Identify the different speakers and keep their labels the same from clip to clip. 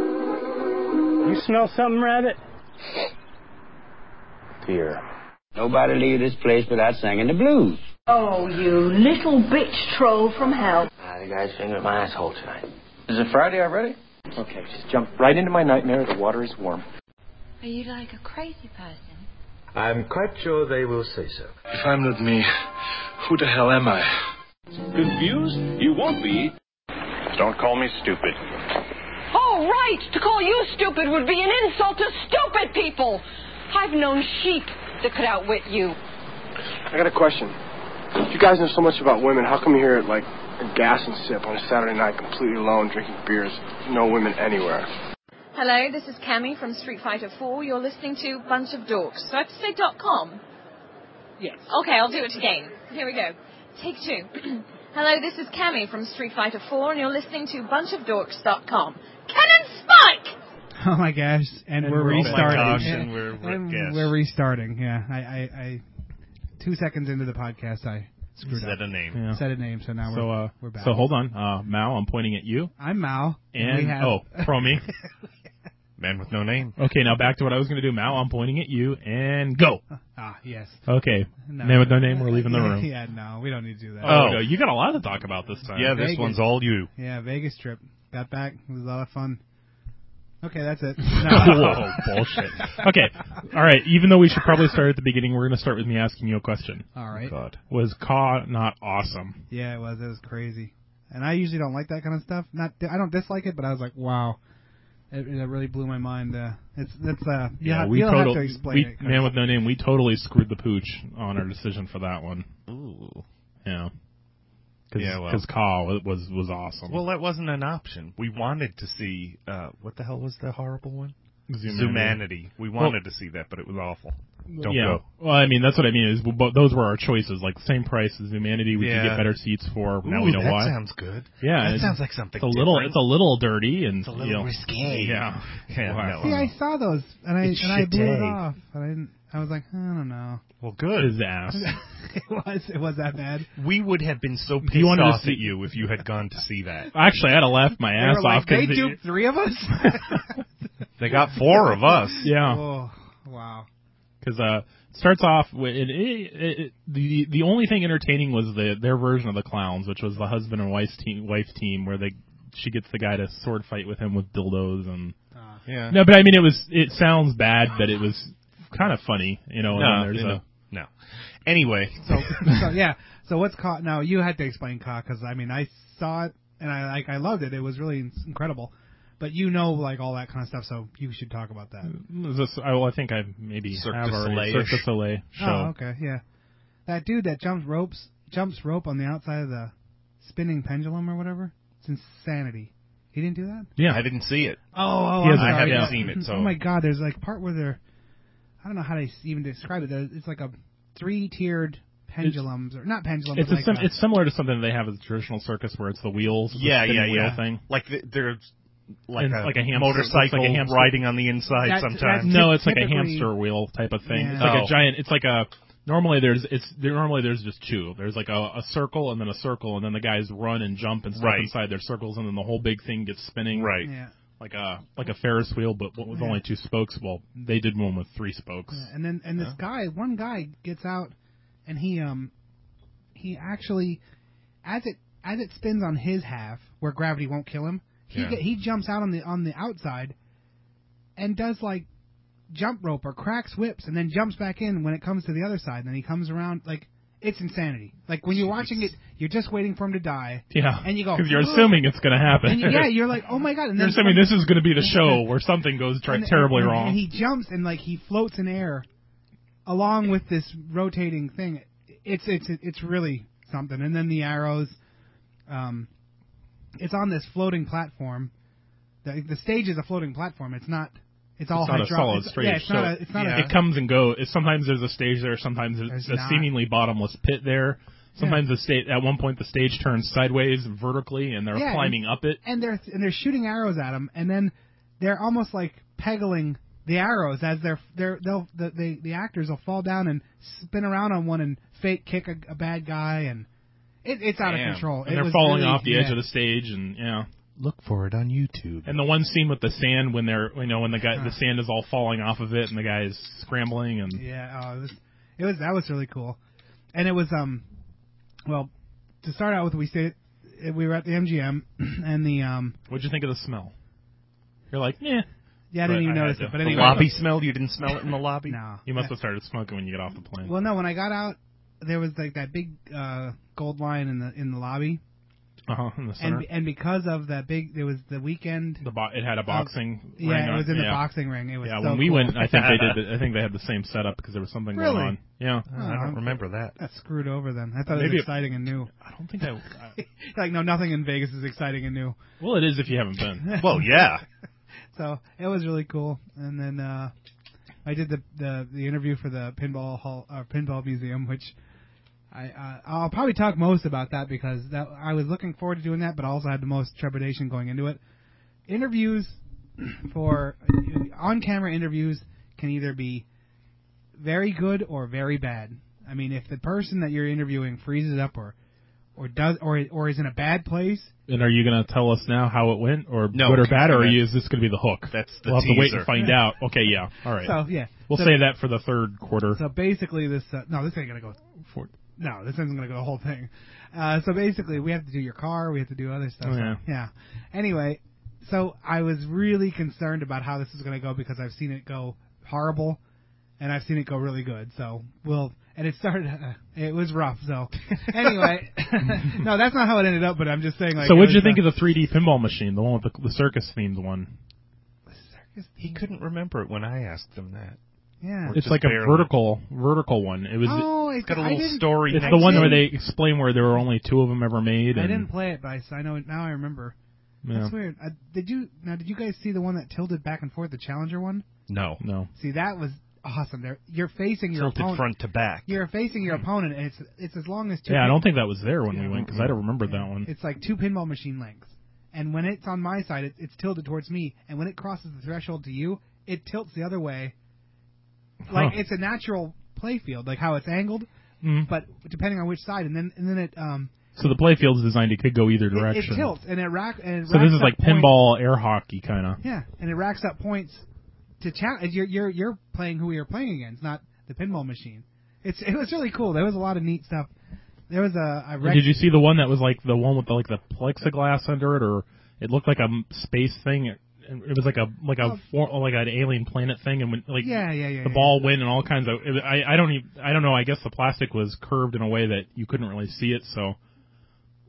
Speaker 1: You smell something, Rabbit?
Speaker 2: Oh
Speaker 3: Fear. Nobody leave this place without singing the blues.
Speaker 4: Oh, you little bitch troll from hell.
Speaker 3: Ah, the guy's fingering my asshole tonight.
Speaker 5: Is it Friday already? Okay, just jump right into my nightmare. The water is warm.
Speaker 6: Are you like a crazy person?
Speaker 7: I'm quite sure they will say so.
Speaker 8: If I'm not me, who the hell am I?
Speaker 9: Confused? You won't be.
Speaker 10: Don't call me stupid.
Speaker 11: Oh, right! To call you stupid would be an insult to stupid people! I've known sheep that could outwit you.
Speaker 12: I got a question. If you guys know so much about women, how come you're here at, like, a gas and sip on a Saturday night completely alone drinking beers? No women anywhere.
Speaker 13: Hello, this is Cami from Street Fighter 4. You're listening to Bunch of Dorks. Do I have to say dot .com?
Speaker 14: Yes.
Speaker 13: Okay, I'll do it again. Here we go. Take two. Hello, this is Cami from Street Fighter 4, and you're listening to Bunch of Dorks dot com. Cannon Spike!
Speaker 2: Oh my gosh! And,
Speaker 15: And
Speaker 2: we're,
Speaker 15: we're
Speaker 2: restarting.
Speaker 15: back.
Speaker 2: Yeah.
Speaker 15: And we're- we're-
Speaker 2: And
Speaker 15: yes.
Speaker 2: we're restarting. Yeah, I, I, I, two seconds into the podcast, I screwed
Speaker 16: Said
Speaker 2: up.
Speaker 16: a name.
Speaker 15: Yeah.
Speaker 2: Said a name. So now
Speaker 16: so
Speaker 2: we're
Speaker 16: uh,
Speaker 2: we're back.
Speaker 16: so hold on, uh, Mal. I'm pointing at you.
Speaker 2: I'm Mal.
Speaker 16: And
Speaker 2: we have,
Speaker 16: oh, Promi.
Speaker 15: Man with no name.
Speaker 16: Okay, now back to what I was going to do, Mal. I'm pointing at you, and go.
Speaker 2: Ah, yes.
Speaker 16: Okay,
Speaker 2: No.
Speaker 16: man with no name. We're leaving the room.
Speaker 2: yeah, no, we don't need to do that. Uh,
Speaker 16: Oh, no, you got a lot to talk about this time.
Speaker 15: Yeah, this
Speaker 2: Vegas.
Speaker 15: one's all you.
Speaker 2: Yeah, Vegas trip. Got back. It was a lot of fun. Okay, that's it.
Speaker 16: oh, bullshit. Okay, all right. Even though we should probably start at the beginning, we're going to start with me asking you a question.
Speaker 2: All right.
Speaker 16: God, was Ka not awesome?
Speaker 2: Yeah, it was. It was crazy. And I usually don't like that kind of stuff. Not, I don't dislike it, but I was like, wow, it, it really blew my mind. Uh, it's that's uh, you have, you'll have
Speaker 16: total-
Speaker 2: to explain
Speaker 16: we-
Speaker 2: it. 'cause-
Speaker 16: Man with no name. We totally screwed the pooch on our decision for that one. Ooh. Yeah. Cause,
Speaker 15: Yeah, well.
Speaker 16: 'cause Ka was was, was awesome.
Speaker 15: Well, that wasn't an option. We wanted to see uh, what the hell was the horrible one?
Speaker 16: Zumanity.
Speaker 15: Zumanity. We
Speaker 16: Well-
Speaker 15: wanted to see that, but it was awful. Don't
Speaker 16: yeah.
Speaker 15: go.
Speaker 16: Well, I mean, that's what I mean is, but those were our choices. Like same price as Humanity, we could
Speaker 15: Yeah.
Speaker 16: get better seats for. now
Speaker 15: Ooh,
Speaker 16: we know
Speaker 15: that
Speaker 16: why.
Speaker 15: sounds good.
Speaker 16: Yeah,
Speaker 15: That
Speaker 16: it's-
Speaker 15: sounds like something
Speaker 16: It's a little.
Speaker 15: different.
Speaker 16: It's a little dirty and
Speaker 15: It's a little
Speaker 16: you know,
Speaker 15: risque.
Speaker 16: Yeah.
Speaker 15: Yeah,
Speaker 16: Wow.
Speaker 2: See, I saw those and I
Speaker 15: It's
Speaker 2: and I blew it
Speaker 15: shitty.
Speaker 2: off. And I didn't. I was like, I don't know.
Speaker 15: Well, good.
Speaker 16: His ass.
Speaker 2: it was. It was that bad.
Speaker 15: We would have been so pissed
Speaker 16: you wanted to
Speaker 15: off
Speaker 16: see-
Speaker 15: at you if you had gone to see that.
Speaker 16: Actually, I'd have laughed my
Speaker 2: They
Speaker 16: ass
Speaker 2: were like,
Speaker 16: off
Speaker 2: they
Speaker 16: because
Speaker 2: duped three of us.
Speaker 15: They got four of us.
Speaker 16: yeah.
Speaker 2: Oh, wow.
Speaker 16: because uh, it starts off with it, it, it, the the only thing entertaining was the their version of the clowns, which was the husband and wife's team, wife team, where they she gets the guy to sword fight with him with dildos and
Speaker 2: Ah.
Speaker 15: Yeah.
Speaker 16: no, but I mean it was it sounds bad, but it was kind of funny, you know.
Speaker 15: No,
Speaker 16: and then there's
Speaker 15: no, no. Anyway,
Speaker 2: So, so yeah. So what's caught now? You had to explain caught because I mean I saw it and I like I loved it. It was really ins- incredible. But you know like all that kind of stuff, so you should talk about that.
Speaker 16: a, this, I, well, I think I maybe
Speaker 15: Cirque
Speaker 16: have
Speaker 15: du
Speaker 16: already
Speaker 15: Soleil-ish.
Speaker 16: Cirque du Soleil show.
Speaker 2: Oh, okay, yeah. That dude that jumps ropes jumps rope on the outside of the spinning pendulum or whatever. It's insanity. He didn't do that.
Speaker 16: Yeah,
Speaker 15: I didn't see it.
Speaker 2: Oh, oh,
Speaker 16: He
Speaker 2: I'm
Speaker 16: hasn't- I
Speaker 2: sorry.
Speaker 16: haven't
Speaker 2: Yeah.
Speaker 15: seen it, so-
Speaker 2: Oh my god, there's like part where they're, I don't know how to s- even describe it. There- It's like a three-tiered pendulums or not pendulum.
Speaker 16: It's
Speaker 2: but
Speaker 16: a
Speaker 2: like
Speaker 16: sim-
Speaker 2: a-
Speaker 16: it's similar to something they have at the traditional circus where it's the wheels, the
Speaker 15: uh, Yeah,
Speaker 16: spinning
Speaker 15: yeah,
Speaker 16: wheel
Speaker 15: yeah.
Speaker 16: thing.
Speaker 15: Like the, there's like
Speaker 16: And
Speaker 15: a,
Speaker 16: like a hamster. Looks
Speaker 15: motorcycle
Speaker 16: like a hamster.
Speaker 15: riding on the inside
Speaker 2: That's-
Speaker 15: sometimes.
Speaker 2: that's-
Speaker 16: No, it's like a
Speaker 2: typically-
Speaker 16: hamster wheel type of thing. It's
Speaker 2: Yeah.
Speaker 16: like
Speaker 15: Oh.
Speaker 16: a giant. It's like a normally there's it's there, normally there's just two. There's like a, a circle and then a circle and then the guys run and jump and stuff
Speaker 15: Right.
Speaker 16: inside their circles and then the whole big thing gets spinning.
Speaker 15: right.
Speaker 2: yeah.
Speaker 16: Like a like a Ferris wheel, but with
Speaker 2: Yeah.
Speaker 16: only two spokes. Well, they did one with three spokes.
Speaker 2: Yeah, and then and this guy, one guy gets out, and he um, he actually, as it as it spins on his half where gravity won't kill him, he
Speaker 15: Yeah.
Speaker 2: get, he jumps out on the on the outside, and does like jump rope or cracks whips, and then jumps back in when it comes to the other side. And then he comes around like it's insanity. Like when you're watching it, you're just waiting for him to die.
Speaker 16: Yeah,
Speaker 2: And you go,
Speaker 16: because you're
Speaker 2: "Ugh."
Speaker 16: assuming it's going to happen.
Speaker 2: And you- yeah, you're like, oh my god! And
Speaker 16: You're
Speaker 2: then
Speaker 16: assuming this is going to be the show where something goes tri-
Speaker 2: and-
Speaker 16: terribly
Speaker 2: and-
Speaker 16: wrong.
Speaker 2: And he jumps and like he floats in air, along with this rotating thing. It's it's it's really something. And then the arrows, um, it's on this floating platform. The, the stage is a floating platform. It's not. It's all
Speaker 16: It's not a
Speaker 2: hydraulic.
Speaker 16: solid
Speaker 2: it's,
Speaker 16: stage,
Speaker 2: Yeah, it's not
Speaker 16: so-
Speaker 2: a. It's not
Speaker 16: it comes and goes. It's- Sometimes there's a stage there. Sometimes
Speaker 2: There's
Speaker 16: there's a
Speaker 2: not.
Speaker 16: seemingly bottomless pit there. Sometimes the state at one point the stage turns sideways vertically and they're
Speaker 2: Yeah,
Speaker 16: climbing up it.
Speaker 2: a. And they're and they're shooting arrows at him, and then they're almost like pegging the arrows as they're they're they'll the the, the actors will fall down and spin around on one and fake kick a, a bad guy and. It, it's out
Speaker 15: Damn.
Speaker 2: of control.
Speaker 16: And
Speaker 2: It
Speaker 16: they're
Speaker 2: was
Speaker 16: falling
Speaker 2: really-
Speaker 16: off the edge
Speaker 2: yeah.
Speaker 16: of the stage and yeah.
Speaker 15: Look for it on YouTube.
Speaker 16: And the one scene with the sand when they're you know when the guy the sand is all falling off of it and the guy is scrambling and
Speaker 2: yeah, oh, it was it was that was really cool, and it was um, well, to start out with we stayed we were at the MGM and the um.
Speaker 16: What'd you think of the smell? You're like, yeah.
Speaker 2: Yeah, I didn't even notice it. But anyway,
Speaker 15: the lobby smelled. You didn't smell it in the lobby.
Speaker 2: no,
Speaker 16: you must have started smoking when you get off the plane.
Speaker 2: Well, no, when I got out, there was like that big uh, gold line in the in the lobby,
Speaker 16: Uh-huh, in the center.
Speaker 2: and and because of that big, there was the weekend.
Speaker 16: the bo- it had a boxing.
Speaker 2: Oh, yeah,
Speaker 16: ring
Speaker 2: it
Speaker 16: on
Speaker 2: was in the
Speaker 16: yeah.
Speaker 2: boxing ring. It was
Speaker 16: yeah,
Speaker 2: so
Speaker 16: when we
Speaker 2: cool.
Speaker 16: went, I think they did. The, I think they had the same setup because there was something
Speaker 2: Really?
Speaker 16: going on. Yeah,
Speaker 2: Oh, I don't
Speaker 15: remember that.
Speaker 2: That screwed over them. I thought it
Speaker 16: Maybe it-
Speaker 2: was exciting and new.
Speaker 16: I don't think I. I
Speaker 2: like no, nothing in Vegas is exciting and new.
Speaker 16: well, it is if you haven't been.
Speaker 15: Well, yeah.
Speaker 2: So it was really cool. And then uh, I did the, the the interview for the pinball hall uh, pinball museum, which I uh, I'll probably talk most about that because that I was looking forward to doing that, but also had the most trepidation going into it. Interviews for on camera interviews can either be very good or very bad. I mean, if the person that you're interviewing freezes up or or does or or is in a bad place,
Speaker 16: And are you going to tell us now how it went, or
Speaker 15: No,
Speaker 16: good or bad, or are
Speaker 15: that-
Speaker 16: you, is this going to be the hook?
Speaker 15: That's the
Speaker 16: We'll have to wait and
Speaker 15: teaser.
Speaker 16: find out. Okay, yeah, all right.
Speaker 2: So, yeah.
Speaker 16: we'll
Speaker 2: So-
Speaker 16: save that for the third quarter.
Speaker 2: So basically, this uh, no, this ain't gonna go.
Speaker 16: For,
Speaker 2: no, this isn't gonna go the whole thing. Uh, so basically, we have to do your car, we have to do other stuff.
Speaker 16: Oh, yeah.
Speaker 2: So, yeah. Anyway, so I was really concerned about how this is gonna go because I've seen it go horrible, and I've seen it go really good. So we'll. And it started. Uh, it was rough. So anyway, no, that's not how it ended up. But I'm just saying. Like,
Speaker 16: so,
Speaker 2: it
Speaker 16: what'd you
Speaker 2: was,
Speaker 16: think
Speaker 2: uh,
Speaker 16: of the 3D pinball machine, the one with the, the circus themed one?
Speaker 15: He couldn't remember it when I asked him that.
Speaker 2: Yeah.
Speaker 15: Or
Speaker 16: It's
Speaker 15: just
Speaker 16: like a
Speaker 15: barely.
Speaker 16: vertical vertical one. It was.
Speaker 2: Oh, I-
Speaker 15: It's got a
Speaker 2: I
Speaker 15: little
Speaker 2: didn't-
Speaker 15: story.
Speaker 16: it's
Speaker 15: next
Speaker 16: the one
Speaker 15: to
Speaker 16: where
Speaker 15: it.
Speaker 16: they explain where there were only two of them ever made.
Speaker 2: I
Speaker 16: and-
Speaker 2: didn't play it, but I, I know it now. I remember.
Speaker 16: Yeah.
Speaker 2: That's weird. Uh, did you now? Did you guys see the one that tilted back and forth, the Challenger one?
Speaker 15: No.
Speaker 16: No.
Speaker 2: See, that was awesome. There, you're facing your
Speaker 15: Tilted
Speaker 2: opponent.
Speaker 15: front to back.
Speaker 2: You're facing your opponent, and it's it's as long as two.
Speaker 16: Yeah, I
Speaker 2: pin-
Speaker 16: don't think that was there when we went because I don't remember that one.
Speaker 2: It's like two pinball machine lengths, and when it's on my side, it, it's tilted towards me, and when it crosses the threshold to you, it tilts the other way. Like
Speaker 16: Huh.
Speaker 2: it's a natural play field, like how it's angled,
Speaker 16: Mm.
Speaker 2: but depending on which side, and then and then it um
Speaker 16: So the playfield's designed; it could go either
Speaker 2: it,
Speaker 16: direction.
Speaker 2: it tilts and it rack and it
Speaker 16: So
Speaker 2: racks
Speaker 16: this is
Speaker 2: up
Speaker 16: like
Speaker 2: points.
Speaker 16: pinball air hockey kind of.
Speaker 2: Yeah, and it racks up points to challenge. You're you're you're playing who you're playing against, not the pinball machine. It's it was really cool. There was a lot of neat stuff. There was a I rec-
Speaker 16: Did you see the one that was like the one with the, like the plexiglass under it, or it looked like a m- space thing? It, it was like a like a
Speaker 2: Oh.
Speaker 16: for, like an alien planet thing, and when like
Speaker 2: Yeah, yeah, yeah,
Speaker 16: the
Speaker 2: yeah.
Speaker 16: ball went and all kinds of. It, I I don't even I don't know. I guess the plastic was curved in a way that you couldn't really see it, so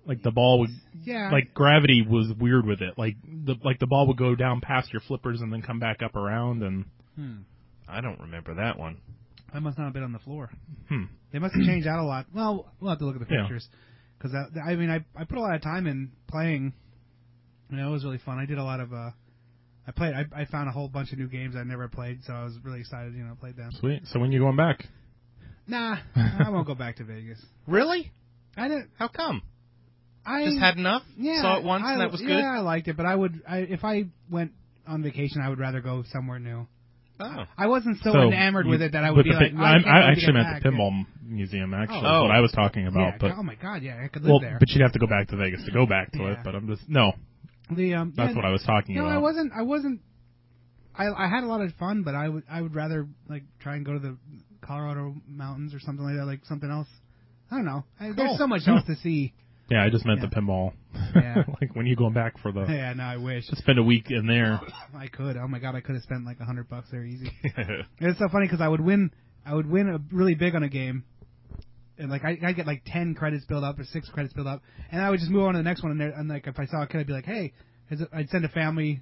Speaker 16: like the ball would
Speaker 2: Yeah.
Speaker 16: like gravity was weird with it. Like the like the ball would go down past your flippers and then come back up around and.
Speaker 2: Hmm.
Speaker 15: I don't remember that one.
Speaker 2: I must not have been on the floor.
Speaker 16: Hmm.
Speaker 2: They must have changed out a lot. Well, we'll have to look at the
Speaker 16: Yeah.
Speaker 2: pictures because I mean I I put a lot of time in playing. You know, it was really fun. I did a lot of uh, I played. I, I found a whole bunch of new games I never played, so I was really excited. You know, played them.
Speaker 16: Sweet. So when you going back?
Speaker 2: Nah, I won't go back to Vegas.
Speaker 15: Really?
Speaker 2: I didn't.
Speaker 15: How come?
Speaker 2: I
Speaker 15: Just had enough?
Speaker 2: Yeah,
Speaker 15: Saw it once
Speaker 2: I,
Speaker 15: and that was good?
Speaker 2: Yeah, I liked it, but I would I, if I went on vacation, I would rather go somewhere new.
Speaker 15: Oh.
Speaker 2: I wasn't so, enamored with
Speaker 16: you-
Speaker 2: it that I would
Speaker 16: with
Speaker 2: be
Speaker 16: the
Speaker 2: like,
Speaker 16: pin-
Speaker 2: oh,
Speaker 16: I'm-
Speaker 2: I, can't wait to
Speaker 16: actually
Speaker 2: get
Speaker 16: meant
Speaker 2: back.
Speaker 16: the pinball museum. Actually,
Speaker 2: Oh.
Speaker 16: is what I was talking
Speaker 2: yeah.
Speaker 16: about.
Speaker 2: Yeah,
Speaker 16: but
Speaker 2: oh my god, yeah, I could live
Speaker 16: well,
Speaker 2: there.
Speaker 16: but you'd have to go back to Vegas to go back to it.
Speaker 2: Yeah.
Speaker 16: But I'm just no.
Speaker 2: The, um,
Speaker 16: That's
Speaker 2: yeah,
Speaker 16: what I was talking
Speaker 2: no,
Speaker 16: about.
Speaker 2: I wasn't. I wasn't. I I had a lot of fun, but I would I would rather like try and go to the Colorado mountains or something like that, like something else. I don't know. I, There's
Speaker 16: Cool.
Speaker 2: so much
Speaker 16: Yeah.
Speaker 2: else to see.
Speaker 16: Yeah, I just meant
Speaker 2: Yeah.
Speaker 16: the pinball.
Speaker 2: Yeah.
Speaker 16: like when you going back for the
Speaker 2: Yeah, no, I wish
Speaker 16: to spend a week in there.
Speaker 2: I could. Oh my god, I could have spent like a hundred bucks there easy. It's so funny because I would win, I would win a really big on a game, and like I I get like ten credits built up or six credits built up, and I would just move on to the next one. And, there, and like if I saw a kid, I'd be like, hey, here's a, I'd send a family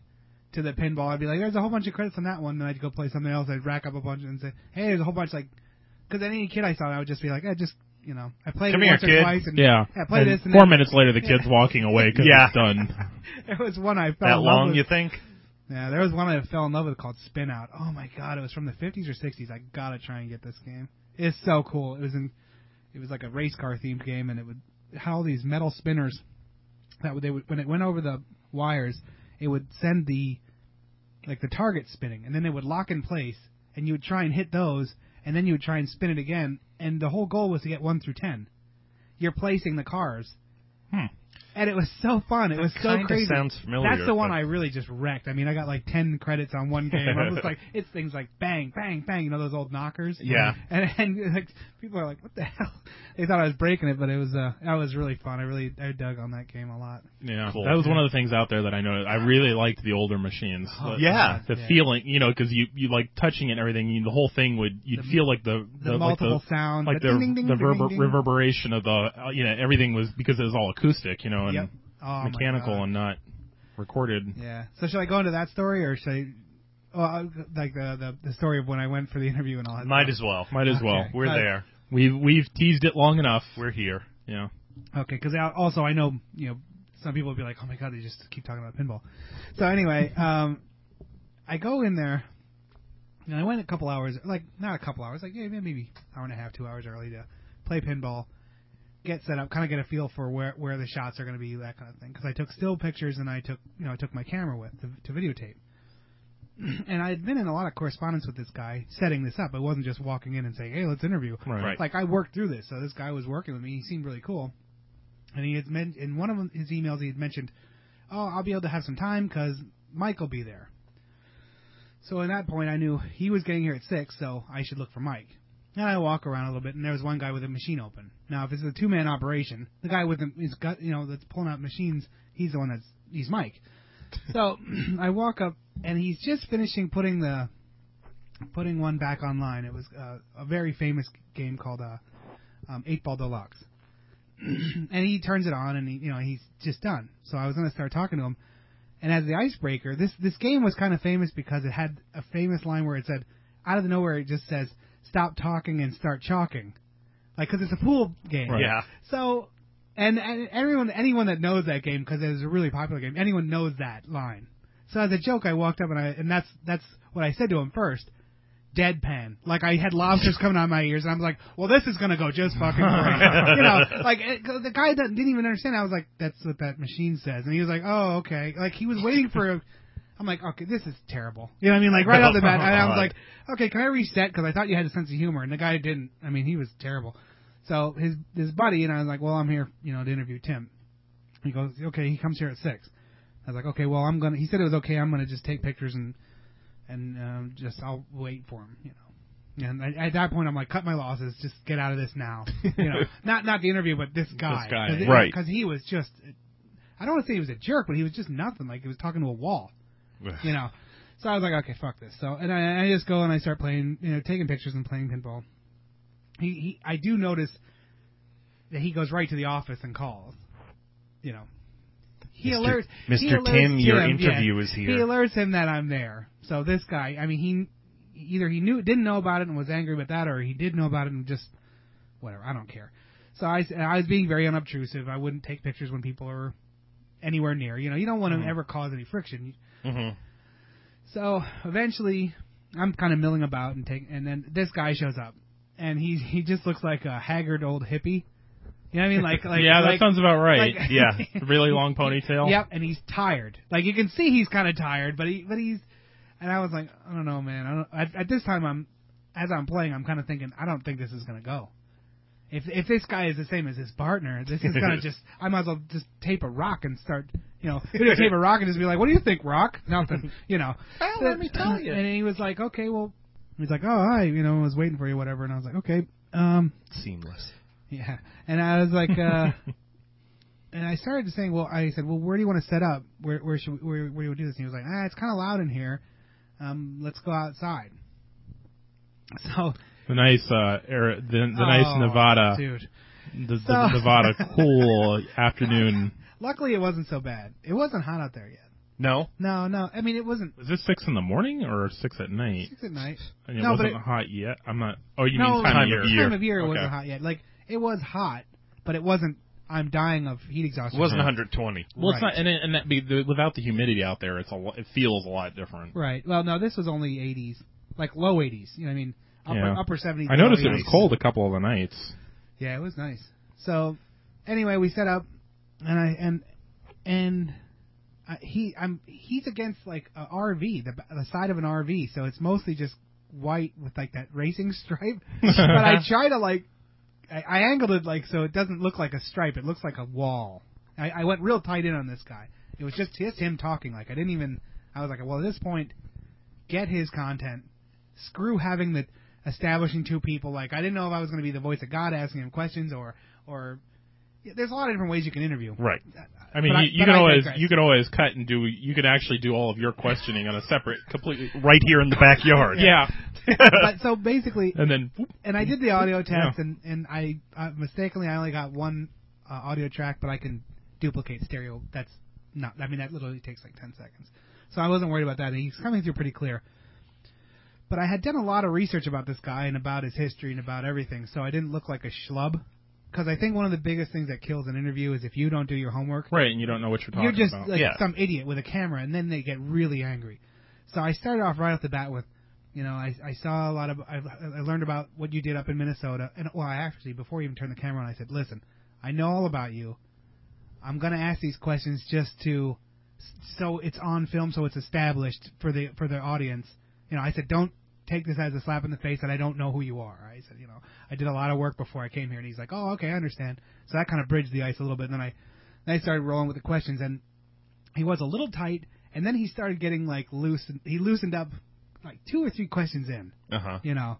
Speaker 2: to the pinball. I'd be like, there's a whole bunch of credits on that one. Then I'd go play something else. I'd rack up a bunch and say, hey, there's a whole bunch like, because any kid I saw, I would just be like, I just you know, I played
Speaker 15: Come
Speaker 2: it
Speaker 15: here,
Speaker 2: once or
Speaker 15: kid.
Speaker 2: twice, and
Speaker 16: yeah.
Speaker 2: I played
Speaker 16: And
Speaker 2: this. And
Speaker 16: four
Speaker 2: that.
Speaker 16: minutes later, the kid's walking away because
Speaker 15: Yeah.
Speaker 16: it's done.
Speaker 2: There was one I fell
Speaker 15: That
Speaker 2: in love
Speaker 15: long,
Speaker 2: with.
Speaker 15: you think?
Speaker 2: Yeah, there was one I fell in love with called Spin Out. Oh my god, it was from the 50s or 60s. I gotta try and get this game. It's so cool. It was in, it was like a race car themed game, and it would it had all these metal spinners that would they would when it went over the wires, it would send the like the target spinning, and then they would lock in place, and you would try and hit those, and then you would try and spin it again, and the whole goal was to get one through ten. You're placing the cars.
Speaker 16: Hmm.
Speaker 2: and it was so fun. It was so
Speaker 15: kinda
Speaker 2: crazy.
Speaker 15: sounds familiar,
Speaker 2: That's the one
Speaker 15: but-
Speaker 2: I really just wrecked. I mean, I got like ten credits on one game. I was like, it's things like bang, bang, bang. You know those old knockers.
Speaker 15: Yeah.
Speaker 2: And, and like people are like, what the hell? They thought I was breaking it, but it was uh, that was really fun. I really I dug on that game a lot.
Speaker 16: Yeah,
Speaker 15: Cool.
Speaker 16: that was one of the things out there that I know. I really liked the older machines.
Speaker 2: Oh,
Speaker 16: The-
Speaker 2: yeah.
Speaker 16: the
Speaker 2: Yeah.
Speaker 16: feeling, you know, because you you like touching it and everything. You, the whole thing would you'd feel like the
Speaker 2: the
Speaker 16: like
Speaker 2: multiple sound,
Speaker 16: like
Speaker 2: the
Speaker 16: the
Speaker 2: ding, ding,
Speaker 16: the
Speaker 2: ding,
Speaker 16: rever-
Speaker 2: ding, ding.
Speaker 16: reverberation of the uh, you know everything was because it was all acoustic, you know, and
Speaker 2: Yep. Oh, my
Speaker 16: mechanical and not recorded.
Speaker 2: Yeah. So should I go into that story or should I? Well, I- like the, the the story of when I went for the interview and all that.
Speaker 15: Might
Speaker 2: stuff.
Speaker 15: as well.
Speaker 16: Might as well.
Speaker 2: Okay. We're Uh, there.
Speaker 16: We've we've teased it long enough.
Speaker 15: We're here.
Speaker 16: Yeah.
Speaker 2: Okay, because also I know you know some people will be like, oh my god, they just keep talking about pinball. So anyway, um, I go in there and I went a couple hours, like not a couple hours, like yeah, maybe hour and a half, two hours early to play pinball, get set up, kind of get a feel for where where the shots are going to be, that kind of thing. Because I took still pictures and I took you know I took my camera with to, to videotape. And I had been in a lot of correspondence with this guy setting this up. It wasn't just walking in and saying, "Hey, let's interview."
Speaker 16: Right. Right.
Speaker 2: Like I worked through this, so this guy was working with me. He seemed really cool and he had men- in one of them- his emails he had mentioned, "Oh, I'll be able to have some time because Mike will be there." So at that point, I knew he was getting here at six, so I should look for Mike. And I walk around a little bit, and there was one guy with a machine open. Now, if it's a two-man operation, the guy with the, his gut, you know, that's pulling out machines, he's the one that's he's Mike. So I walk up, and he's just finishing putting the putting one back online. It was uh, a very famous game called uh, um, Eight Ball Deluxe and he turns it on, and he, you know he's just done. So I was gonna start talking to him, and as the icebreaker, this this game was kind of famous because it had a famous line where it said, out of the nowhere, it just says, "Stop talking and start chalking," like because it's a pool game.
Speaker 15: Right. Yeah.
Speaker 2: So, and, and everyone anyone that knows that game because it was a really popular game, anyone knows that line. So as a joke, I walked up and I and that's that's what I said to him first. Deadpan, like I had lobsters coming out of my ears, and I'm like, "Well, this is gonna go just fucking great," you know. Like it, 'cause the guy doesn't- didn't even understand. I was like, "That's what that machine says," and he was like, "Oh, okay." Like he was waiting for. A, I'm like, "Okay, this is terrible." You know what I mean? Like right off the bat, and I was like, "Okay, can I reset?" Because I thought you had a sense of humor, and the guy didn't. I mean, he was terrible. So his his buddy and I was like, "Well, I'm here, you know, to interview Tim." He goes, "Okay." He comes here at six. I was like, "Okay, well, I'm gonna." He said it was okay. I'm gonna just take pictures and and um, just I'll wait for him, you know. And I, at that point, I'm like, cut my losses, just get out of this now. You know, not not the interview, but this guy,
Speaker 16: This guy,
Speaker 2: Cause it-
Speaker 16: right.
Speaker 2: 'cause he was just, I don't want to say he was a jerk, but he was just nothing. Like he was talking to a wall, you know. So I was like, okay, fuck this. So and I, I just go and I start playing, you know, taking pictures and playing pinball. He, he, I do notice that he goes right to the office and calls, you know. He
Speaker 15: Mr.
Speaker 2: alerts he
Speaker 15: Mr.
Speaker 2: alerts
Speaker 15: Tim, your
Speaker 2: Tim, yeah.
Speaker 15: interview is here.
Speaker 2: He alerts him that I'm there. So this guy, I mean, he either he knew didn't know about it and was angry with that, or he did know about it and just whatever. I don't care. So I, s- I was being very unobtrusive. I wouldn't take pictures when people are anywhere near. You know, you don't want to
Speaker 16: Mm-hmm.
Speaker 15: Mhm.
Speaker 2: ever cause any friction.
Speaker 15: Mm-hmm.
Speaker 2: So eventually, I'm kind of milling about and take, and then this guy shows up, and he he just looks like a haggard old hippie. You know what I mean? Like, like
Speaker 16: yeah,
Speaker 2: like-
Speaker 16: that sounds about right.
Speaker 2: like-
Speaker 16: yeah, really long ponytail.
Speaker 2: Yep, and he's tired. Like you can see he's kind of tired, but he but he's and I was like, I don't know, man. I don't at, at this time I'm as I'm playing, I'm kind of thinking, I don't think this is going to go. If if this guy is the same as his partner, this is going to just I might as well just tape a rock and start, you know, tape a rock and just be like, "What do you think, rock?" Nothing, you know.
Speaker 15: Well, Ah, let me tell you.
Speaker 2: And he was like, "Okay, well." He's like, "Oh, hi," you know, I was waiting for you, whatever. And I was like, "Okay, um,
Speaker 15: Seamless.
Speaker 2: yeah. And I was like, uh, and I started saying, well, I said, well, where do you want to set up? Where, where should, we, where, where do we do this? And he was like, ah, it's kind of loud in here. Um, let's go outside. So,
Speaker 16: The nice, uh, air, the, the
Speaker 2: Oh,
Speaker 16: nice Nevada,
Speaker 2: dude.
Speaker 16: the, the
Speaker 2: So-
Speaker 16: Nevada cool afternoon.
Speaker 2: luckily it wasn't so bad. It wasn't hot out there yet.
Speaker 16: No,
Speaker 2: No, no. I mean, it wasn't
Speaker 16: was this six in the morning or six at night?
Speaker 2: six at night.
Speaker 16: And it
Speaker 2: no, but
Speaker 16: wasn't
Speaker 2: it,
Speaker 16: hot yet. I'm not. Oh, you
Speaker 2: no,
Speaker 16: mean time, of year?
Speaker 2: Time of year it
Speaker 16: Okay.
Speaker 2: wasn't hot yet. Like, it was hot, but it wasn't, I'm dying of heat exhaustion.
Speaker 15: It wasn't 120.
Speaker 16: Well, it's
Speaker 2: Right.
Speaker 16: not, and it, and that be the, without the humidity out there, it's a lo- it feels a lot different.
Speaker 2: Right. Well, no, this was only 80s, like low 80s. You know, what I mean, upper,
Speaker 16: Yeah.
Speaker 2: upper 70s.
Speaker 16: I noticed
Speaker 2: low
Speaker 16: it was
Speaker 2: 80s.
Speaker 16: cold a couple of the nights.
Speaker 2: Yeah, it was nice. So, anyway, we set up, and I and and I, he I'm he's against like a RV, the the side of an RV, so it's mostly just white with like that racing stripe. but I try to like I, I angled it like so it doesn't look like a stripe; it looks like a wall. I, I went real tight in on this guy. It was just just him talking. Like I didn't even. I was like, well, at this point, get his content. Screw having the establishing two people. Like I didn't know if I was going to be the voice of God asking him questions or or. yeah, There's a lot of different ways you can interview.
Speaker 16: Right. I mean,
Speaker 2: But I-
Speaker 16: you, you
Speaker 2: but
Speaker 16: can
Speaker 2: I
Speaker 16: always
Speaker 2: digress.
Speaker 16: you can always cut and do. You can actually do all of your questioning on a separate, completely right here in the backyard. Yeah.
Speaker 2: but so basically,
Speaker 16: And then whoop.
Speaker 2: and I did the audio
Speaker 16: Yeah.
Speaker 2: test, and and I uh, mistakenly I only got one uh, audio track, but I can duplicate stereo. That's not. I mean, that literally takes like ten seconds. So I wasn't worried about that. He's coming through pretty clear. But I had done a lot of research about this guy and about his history and about everything, so I didn't look like a schlub. Because I think one of the biggest things that kills an interview is if you don't do your homework,
Speaker 16: Right, and you don't know what you're talking
Speaker 2: you're just
Speaker 16: about.
Speaker 2: like
Speaker 16: yeah.
Speaker 2: some idiot with a camera, and then they get really angry. So I started off right off the bat with, you know, I, I saw a lot of, I, I learned about what you did up in Minnesota, and well, I actually before you even turned the camera on, I said, listen, I know all about you. I'm gonna ask these questions just to, so it's on film, so it's established for the for the audience. You know, I said, don't take this as a slap in the face that I don't know who you are. I said, you know, I did a lot of work before I came here, and he's like, oh, okay, I understand. So that kind of bridged the ice a little bit. And then I, then I started rolling with the questions, and he was a little tight, and then he started getting like loose. He loosened up like two or three questions in,
Speaker 16: Uh-huh.
Speaker 2: you know.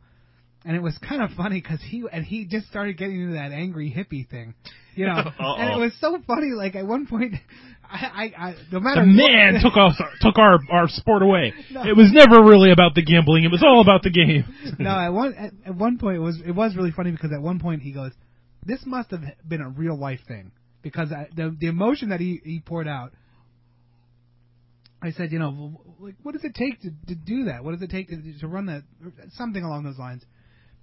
Speaker 2: And it was kind of funny because he and he just started getting into that angry hippie thing, you know.
Speaker 16: Uh-oh.
Speaker 2: and it was so funny. Like at one point, I, I, I no matter
Speaker 16: The man
Speaker 2: what,
Speaker 16: took us took our our sport away.
Speaker 2: No.
Speaker 16: It was never really about the gambling. It was all about the game.
Speaker 2: no, at one at, at one point it was it was really funny because at one point he goes, "This must have been a real life thing because I, the the emotion that he he poured out." I said, you know, w- w- like what does it take to, to do that? What does it take to, to run that? or Something along those lines.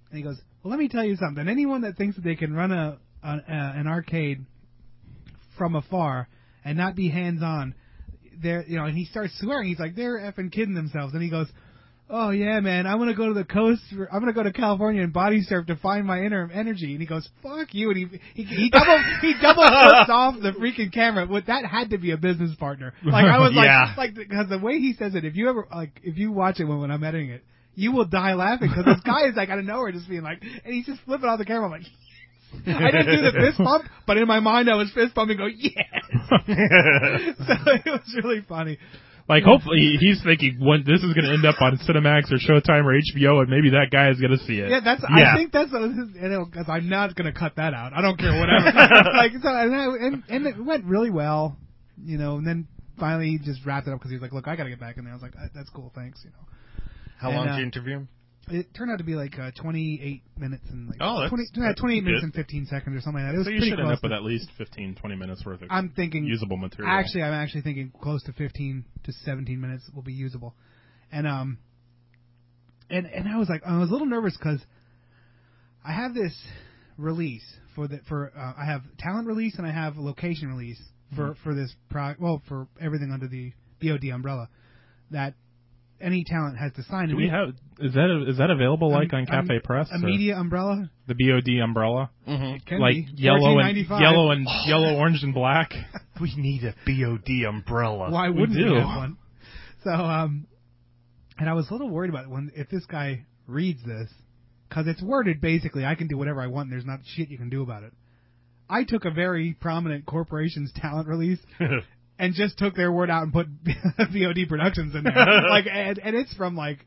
Speaker 2: And he goes, well, let me tell you something. Anyone that thinks that they can run a, a, a an arcade from afar and not be hands on, they're you know, and he starts swearing. He's like, they're effing kidding themselves. And he goes, oh yeah, man, I'm gonna go to the coast. For, I'm gonna go to California and body surf to find my inner energy. And he goes, fuck you. And he he, he double he double flips off the freaking camera. What that had to be a business partner. Like I was
Speaker 16: Yeah.
Speaker 2: like like because the way he says it, if you ever like if you watch it when when I'm editing it. You will die laughing because this guy is like out of nowhere, just being like, and he's just flipping off the camera. I'm like, I didn't do the fist bump, but in my mind I was fist bumping, go yes. so it was really funny.
Speaker 16: Like hopefully he's thinking when this is going to end up on Cinemax or Showtime or HBO, and maybe that guy is going to see it.
Speaker 2: Yeah, that's.
Speaker 16: Yeah.
Speaker 2: I think that's uh, what it is, you know, 'cause I'm not gonna cut that out. I don't care whatever. like so, and, I, and and it went really well, you know. And then finally he just wrapped it up because he was like, "Look, I gotta get back in there." I was like, "Uh, "That's cool, thanks." You know,
Speaker 15: How
Speaker 2: And,
Speaker 15: long
Speaker 2: uh,
Speaker 15: did you interview him?
Speaker 2: it turned out to be like uh, 28 minutes and like
Speaker 15: Oh, that's-
Speaker 2: 20, yeah,
Speaker 15: that's
Speaker 2: 28 minutes
Speaker 15: good.
Speaker 2: and 15 seconds or something like that. It was
Speaker 16: so you
Speaker 2: pretty
Speaker 16: should end
Speaker 2: close.
Speaker 16: up with at least 15, 20 minutes worth of
Speaker 2: I'm thinking
Speaker 16: usable material.
Speaker 2: Actually, I'm actually thinking close to 15 to 17 minutes will be usable, and um, and and I was like, I was a little nervous because I have this release for the for uh, I have talent release and I have location release for
Speaker 16: Mm-hmm.
Speaker 2: for this pro well for everything under the BOD umbrella that any talent has to sign.
Speaker 16: do
Speaker 2: And
Speaker 16: we have is that is that available like on
Speaker 2: um,
Speaker 16: Cafe
Speaker 2: um,
Speaker 16: Press?
Speaker 2: a
Speaker 16: or
Speaker 2: media umbrella?
Speaker 16: the BOD umbrella,
Speaker 15: It
Speaker 2: can
Speaker 16: like
Speaker 2: be.
Speaker 16: yellow and
Speaker 2: 14.95.
Speaker 16: yellow and yellow, orange and black.
Speaker 15: We need a BOD umbrella.
Speaker 2: Why
Speaker 16: We
Speaker 2: wouldn't we,
Speaker 16: do.
Speaker 2: have one? So, um, and I was a little worried about when if this guy reads this, because it's worded basically, I can do whatever I want. And there's not shit you can do about it. I took a very prominent corporation's talent release and just took their word out and put VOD Productions in there. like, and, and it's from like,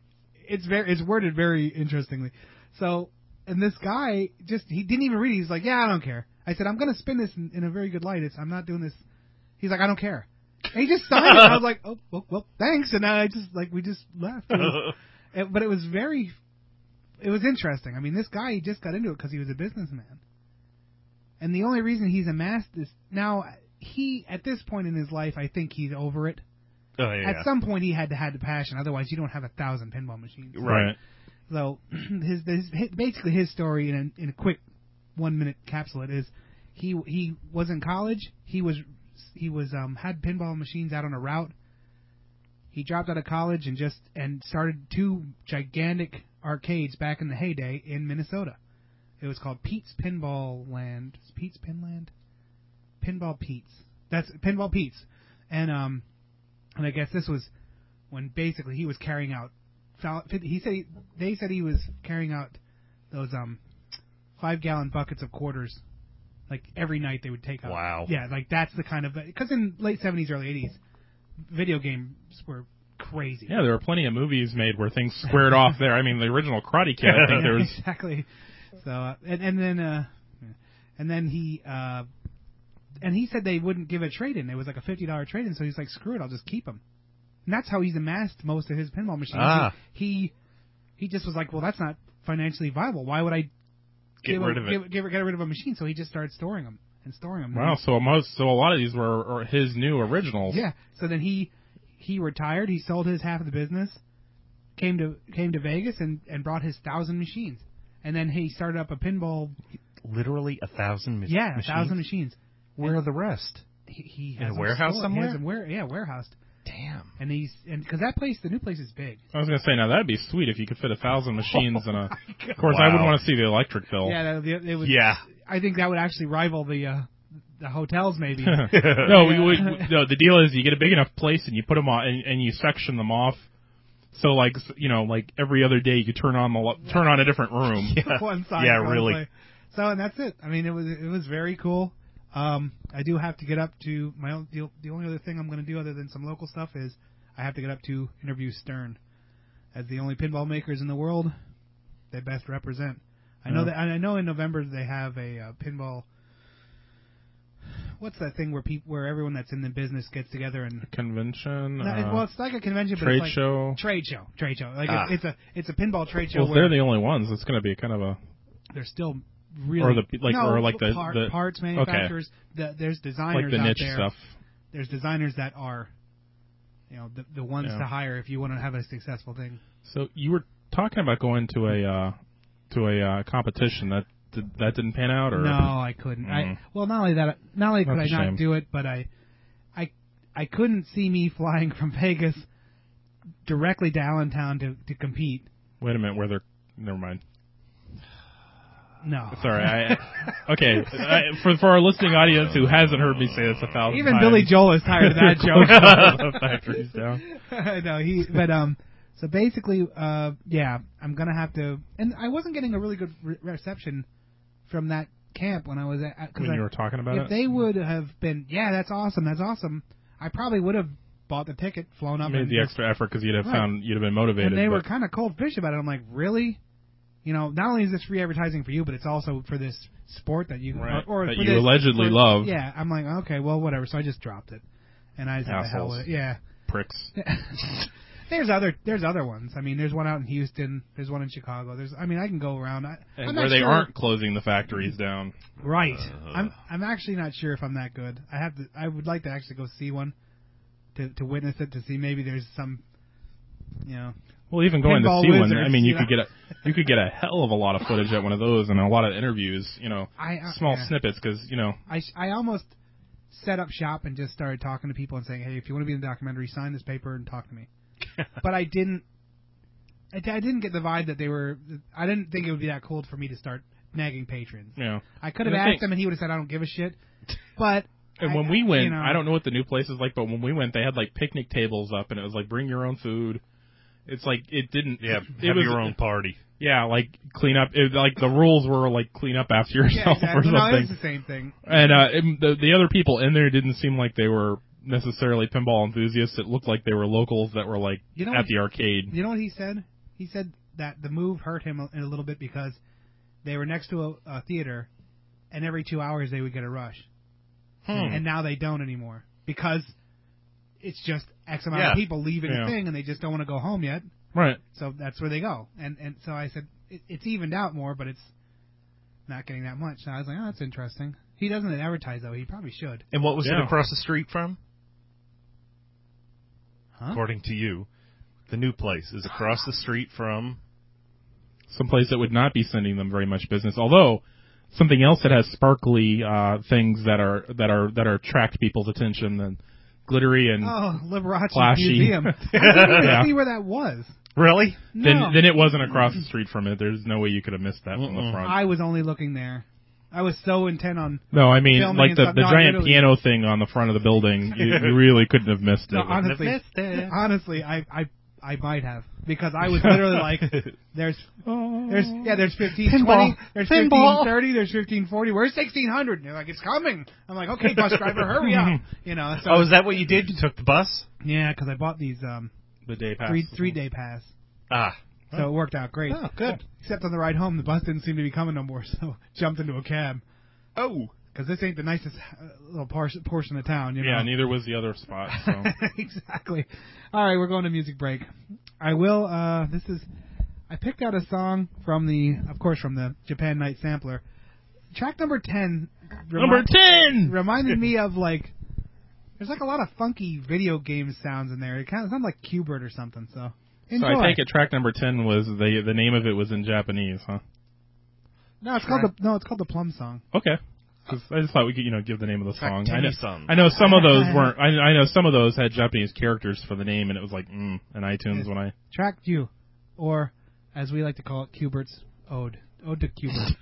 Speaker 2: it's very, it's worded very interestingly. So, and this guy just, he didn't even read it. He's like, yeah, I don't care. I said, I'm gonna spin this in, in a very good light. It's, I'm not doing this. He's like, I don't care. And he just signed it. And I was like, oh, well, well, thanks. And I just like, we just left. It was- it- but it was very, it was interesting. I mean, this guy he just got into it because he was a businessman, and the only reason he's amassed this now, he at this point in his life, I think he's over it.
Speaker 15: Oh yeah.
Speaker 2: At some point, he had to have the passion. Otherwise, you don't have a thousand pinball machines.
Speaker 15: right.
Speaker 2: So his, his, his basically his story in a, in a quick one minute capsule it is he he was in college he was he was um had pinball machines out on a route he dropped out of college and just and started two gigantic arcades back in the heyday in Minnesota it was called Pete's Pinball Land Pete's Pinland Pinball Pete's that's Pinball Pete's and um and I guess this was when basically he was carrying out fal- he said he, they said he was carrying out those um five gallon buckets of quarters Like every night they would take off.
Speaker 15: Wow.
Speaker 2: Yeah, like that's the kind of because in late seventies, early eighties, video games were crazy.
Speaker 16: Yeah, there were plenty of movies made where things squared off there. I mean, the original Karate Kid, I think
Speaker 2: Yeah,
Speaker 16: there was.
Speaker 2: exactly. So uh, and and then uh, and then he uh, and he said they wouldn't give a trade in. It was like a fifty dollar trade in. So he's like, screw it, I'll just keep him. And that's how he's amassed most of his pinball machines.
Speaker 15: Ah.
Speaker 2: He, he he just was like, well, that's not financially viable. Why would I
Speaker 15: Get
Speaker 2: give
Speaker 15: rid
Speaker 2: a,
Speaker 15: of it.
Speaker 2: Give, give- get rid of a machine? So he just started storing them and storing them.
Speaker 16: Wow, so most, so a lot of these were or his new originals.
Speaker 2: Yeah. So then he he retired. He sold his half of the business, came to came to Vegas and and brought his thousand machines, and then he started up a pinball.
Speaker 15: Literally a thousand ma-
Speaker 2: Yeah,
Speaker 15: machines.
Speaker 2: a thousand machines.
Speaker 15: Where are the rest?
Speaker 2: He, he
Speaker 15: In a
Speaker 2: has them
Speaker 15: warehouse
Speaker 2: stored. He
Speaker 15: somewhere?
Speaker 2: has them ware- yeah, warehoused.
Speaker 15: Damn.
Speaker 2: And he's and because that place, the new place is big.
Speaker 16: I was gonna say now that'd be sweet if you could fit a
Speaker 2: Oh
Speaker 16: thousand machines in a.
Speaker 2: God.
Speaker 16: Of course, I wouldn't
Speaker 15: Wow.
Speaker 16: want to see the electric
Speaker 15: Oh.
Speaker 16: bill.
Speaker 2: Yeah, that, it would,
Speaker 16: Yeah.
Speaker 2: I think that would actually rival the uh, the hotels maybe.
Speaker 16: no, we, we,
Speaker 2: Yeah.
Speaker 16: no. The deal is you get a big enough place and you put them on and, and you section them off. So like s- you know like every other day you turn on the lo- turn on a different room.
Speaker 2: one side.
Speaker 16: Yeah,
Speaker 2: probably.
Speaker 16: really.
Speaker 2: So and that's it. I mean, it was it was very cool. Um, I do have to get up to my own. The, the only other thing I'm going to do other than some local stuff is I have to get up to interview Stern as the only pinball makers in the world they best represent. I know
Speaker 16: Yeah.
Speaker 2: that and I know in November they have a uh, pinball. What's that thing where people where everyone that's in the business gets together and
Speaker 16: Convention.
Speaker 2: No, it-
Speaker 16: uh,
Speaker 2: well, it's like a convention, but
Speaker 16: trade
Speaker 2: it's like
Speaker 16: show.
Speaker 2: trade show, trade show. Like
Speaker 16: Ah.
Speaker 2: it's, it's a it's a pinball trade show.
Speaker 16: well, if
Speaker 2: where
Speaker 16: they're the only ones. It's gonna be kind of a
Speaker 2: they're still really
Speaker 16: Or the- like-
Speaker 2: no,
Speaker 16: or like the-
Speaker 2: par-
Speaker 16: the-
Speaker 2: parts
Speaker 16: okay.
Speaker 2: manufacturers. The, there's designers
Speaker 16: like the
Speaker 2: out
Speaker 16: niche
Speaker 2: there.
Speaker 16: stuff.
Speaker 2: There's designers that are, you know, the the ones
Speaker 16: Yeah.
Speaker 2: to hire if you want to have a successful thing.
Speaker 16: So you were talking about going to a uh, to a uh, competition that did, that didn't pan out, or mm.
Speaker 2: No, I couldn't. I well, not only that, not only could
Speaker 16: That's
Speaker 2: I
Speaker 16: a
Speaker 2: not
Speaker 16: shame.
Speaker 2: do it, but I, I, I couldn't see me flying from Vegas directly to Allentown to to compete.
Speaker 16: wait a minute, where they're never mind.
Speaker 2: No,
Speaker 16: Sorry. I, okay, I, for for our listening audience who hasn't heard me say this a thousand
Speaker 2: Even
Speaker 16: times,
Speaker 2: Billy Joel is tired of that
Speaker 16: The
Speaker 2: joke.
Speaker 16: factory's down.
Speaker 2: no, he. But um, so basically, uh, yeah, I'm gonna have to. And I wasn't getting a really good re- reception from that camp when I was at. 'cause
Speaker 16: When
Speaker 2: I-
Speaker 16: you were talking about
Speaker 2: if
Speaker 16: it?
Speaker 2: they would have been, yeah, that's awesome, that's awesome. I probably would have bought the ticket, flown up,
Speaker 16: Made
Speaker 2: and
Speaker 16: the
Speaker 2: just-
Speaker 16: extra effort because you'd have
Speaker 2: Right.
Speaker 16: found you'd have been motivated.
Speaker 2: and they were
Speaker 16: but-
Speaker 2: kind of cold fish about it. I'm like, really? You know, not only is this free advertising for you, but it's also for this sport that you
Speaker 16: Right,
Speaker 2: or, or
Speaker 16: that
Speaker 2: for
Speaker 16: you
Speaker 2: this-
Speaker 16: allegedly
Speaker 2: for-
Speaker 16: love.
Speaker 2: Yeah, I'm like, okay, well, whatever. So I just dropped it, and I said, the hell
Speaker 16: Assholes.
Speaker 2: with it. Yeah,
Speaker 16: pricks.
Speaker 2: there's other there's other ones. I mean, there's one out in Houston. There's one in Chicago. There's I mean, I can go around. I,
Speaker 16: And
Speaker 2: I'm
Speaker 16: where
Speaker 2: not
Speaker 16: they
Speaker 2: sure.
Speaker 16: aren't closing the factories down.
Speaker 2: Right.
Speaker 16: Uh.
Speaker 2: I'm I'm actually not sure if I'm that good. I have to I would like to actually go see one to to witness it to see maybe there's some you know
Speaker 16: Well, even going
Speaker 2: pinball
Speaker 16: to see one,
Speaker 2: wizards,
Speaker 16: I mean, you
Speaker 2: know?
Speaker 16: could get a you could get a hell of a lot of footage at one of those and a lot of interviews. You know,
Speaker 2: I- I-
Speaker 16: small
Speaker 2: yeah.
Speaker 16: snippets because you know
Speaker 2: I sh- I almost set up shop and just started talking to people and saying, "Hey, if you want to be in the documentary, sign this paper and talk to me." but I didn't I, I didn't get the vibe that they were I didn't think it would be that cold for me to start nagging patrons.
Speaker 16: you know.
Speaker 2: I could
Speaker 16: And
Speaker 2: have
Speaker 16: the
Speaker 2: asked
Speaker 16: thing-
Speaker 2: him, and he would have said, "I don't give a shit." But
Speaker 16: And
Speaker 2: I-
Speaker 16: when we went,
Speaker 2: you know,
Speaker 16: I don't know what the new place is like, but when we went, they had like picnic tables up, and it was like bring your own food. It's like it didn't.
Speaker 15: Yeah,
Speaker 16: it
Speaker 15: have
Speaker 16: was,
Speaker 15: your own party.
Speaker 16: Yeah, like clean up. It, like the rules were like clean up after
Speaker 2: Yeah,
Speaker 16: yourself
Speaker 2: exactly.
Speaker 16: or
Speaker 2: No,
Speaker 16: something.
Speaker 2: it was the same thing.
Speaker 16: And uh, it, the the other people in there didn't seem like they were necessarily pinball enthusiasts. It looked like they were locals that were like
Speaker 2: You know
Speaker 16: at
Speaker 2: what-
Speaker 16: the arcade.
Speaker 2: You know what he said? He said that the move hurt him a, a little bit because they were next to a, a theater, and every two hours they would get a rush,
Speaker 15: Hmm.
Speaker 2: and now they don't anymore because it's just X amount
Speaker 15: Yeah.
Speaker 2: of people leaving
Speaker 15: Yeah.
Speaker 2: the thing, and they just don't want to go home yet.
Speaker 16: Right.
Speaker 2: So that's where they go, and and so I said it, it's evened out more, but it's not getting that much. And I was like, oh, that's interesting. He doesn't advertise though. He probably should.
Speaker 15: And what was
Speaker 16: Yeah.
Speaker 15: it across the street from?
Speaker 2: Huh?
Speaker 15: According to you, the new place is across the street from.
Speaker 16: someplace that would not be sending them very much business. Although something else that has sparkly uh, things that are that are that are attract people's attention and glittery and
Speaker 2: Oh, Liberace
Speaker 16: Flashy.
Speaker 2: Museum. I didn't even
Speaker 16: Yeah.
Speaker 2: see where that was.
Speaker 15: Really?
Speaker 2: No.
Speaker 16: then then it wasn't across the street from it. There's no way you could have missed that from the
Speaker 15: Mm-mm.
Speaker 16: front.
Speaker 2: I was only looking there. I was so intent on
Speaker 16: no, I mean
Speaker 2: filming
Speaker 16: like
Speaker 2: and
Speaker 16: the
Speaker 2: stuff.
Speaker 16: the
Speaker 2: No, I
Speaker 16: giant
Speaker 2: literally-
Speaker 16: piano thing on the front of the building. You, you really couldn't have missed it.
Speaker 2: No, honestly,
Speaker 15: missed it.
Speaker 2: honestly, I I I might have because I was literally like, "There's, there's, yeah, there's 15,
Speaker 14: Oh. Pinball.
Speaker 2: 20, there's
Speaker 14: Pinball.
Speaker 2: 15, 30, there's 15, 40. Where's 1600?" And they're like, "It's coming." I'm like, "Okay, bus driver, hurry up!" You know. So
Speaker 14: oh, is that what you did? You took the bus?
Speaker 2: Yeah, because I bought these um
Speaker 16: the day pass.
Speaker 2: three three day pass,
Speaker 14: Ah.
Speaker 2: so it worked out great.
Speaker 14: Oh, good.
Speaker 2: Except on the ride home, the bus didn't seem to be coming no more, so jumped into a cab.
Speaker 14: Oh.
Speaker 2: Because this ain't the nicest uh, little par- portion of town, you know.
Speaker 16: Yeah, neither was the other spot. So.
Speaker 2: exactly. All right, we're going to music break. I will. Uh, this is. I picked out a song from the, of course, from the Japan Night Sampler. Track number ten.
Speaker 14: Number 10!
Speaker 2: reminded me of like. There's like a lot of funky video game sounds in there. It kind of sounds like Cubert or something. So.
Speaker 16: so
Speaker 2: Enjoy.
Speaker 16: I think at track number ten was the the name of it was in Japanese, huh?
Speaker 2: no, it's called the no, it's called the Plum Song.
Speaker 16: Okay. 'Cause I just thought we could, you know, give the name of the
Speaker 2: Track
Speaker 16: song. I know,
Speaker 2: 10-some.
Speaker 16: I know some of those weren't. I, I know some of those had Japanese characters for the name, and it was like, mm, and iTunes when I.
Speaker 2: Track you, or as we like to call it, Cubert's Ode. Ode to Cubert.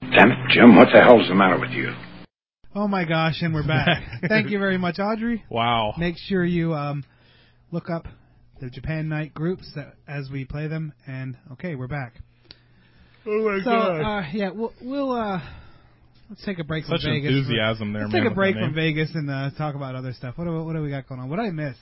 Speaker 17: Damn it, Jim, what the hell's the matter with you?
Speaker 2: Oh my gosh, and we're back. Thank you very much, Audrey.
Speaker 16: Wow.
Speaker 2: Make sure you um, look up the Japan Night groups that, as we play them, and okay, we're back.
Speaker 16: Oh my
Speaker 2: so, uh, yeah, we'll, we'll uh, let's take a break
Speaker 16: Such
Speaker 2: from Vegas.
Speaker 16: enthusiasm there,
Speaker 2: Let's
Speaker 16: man,
Speaker 2: take a
Speaker 16: with
Speaker 2: break
Speaker 16: that name.
Speaker 2: from Vegas and uh, talk about other stuff. What do, what do we got going on? What did I miss? I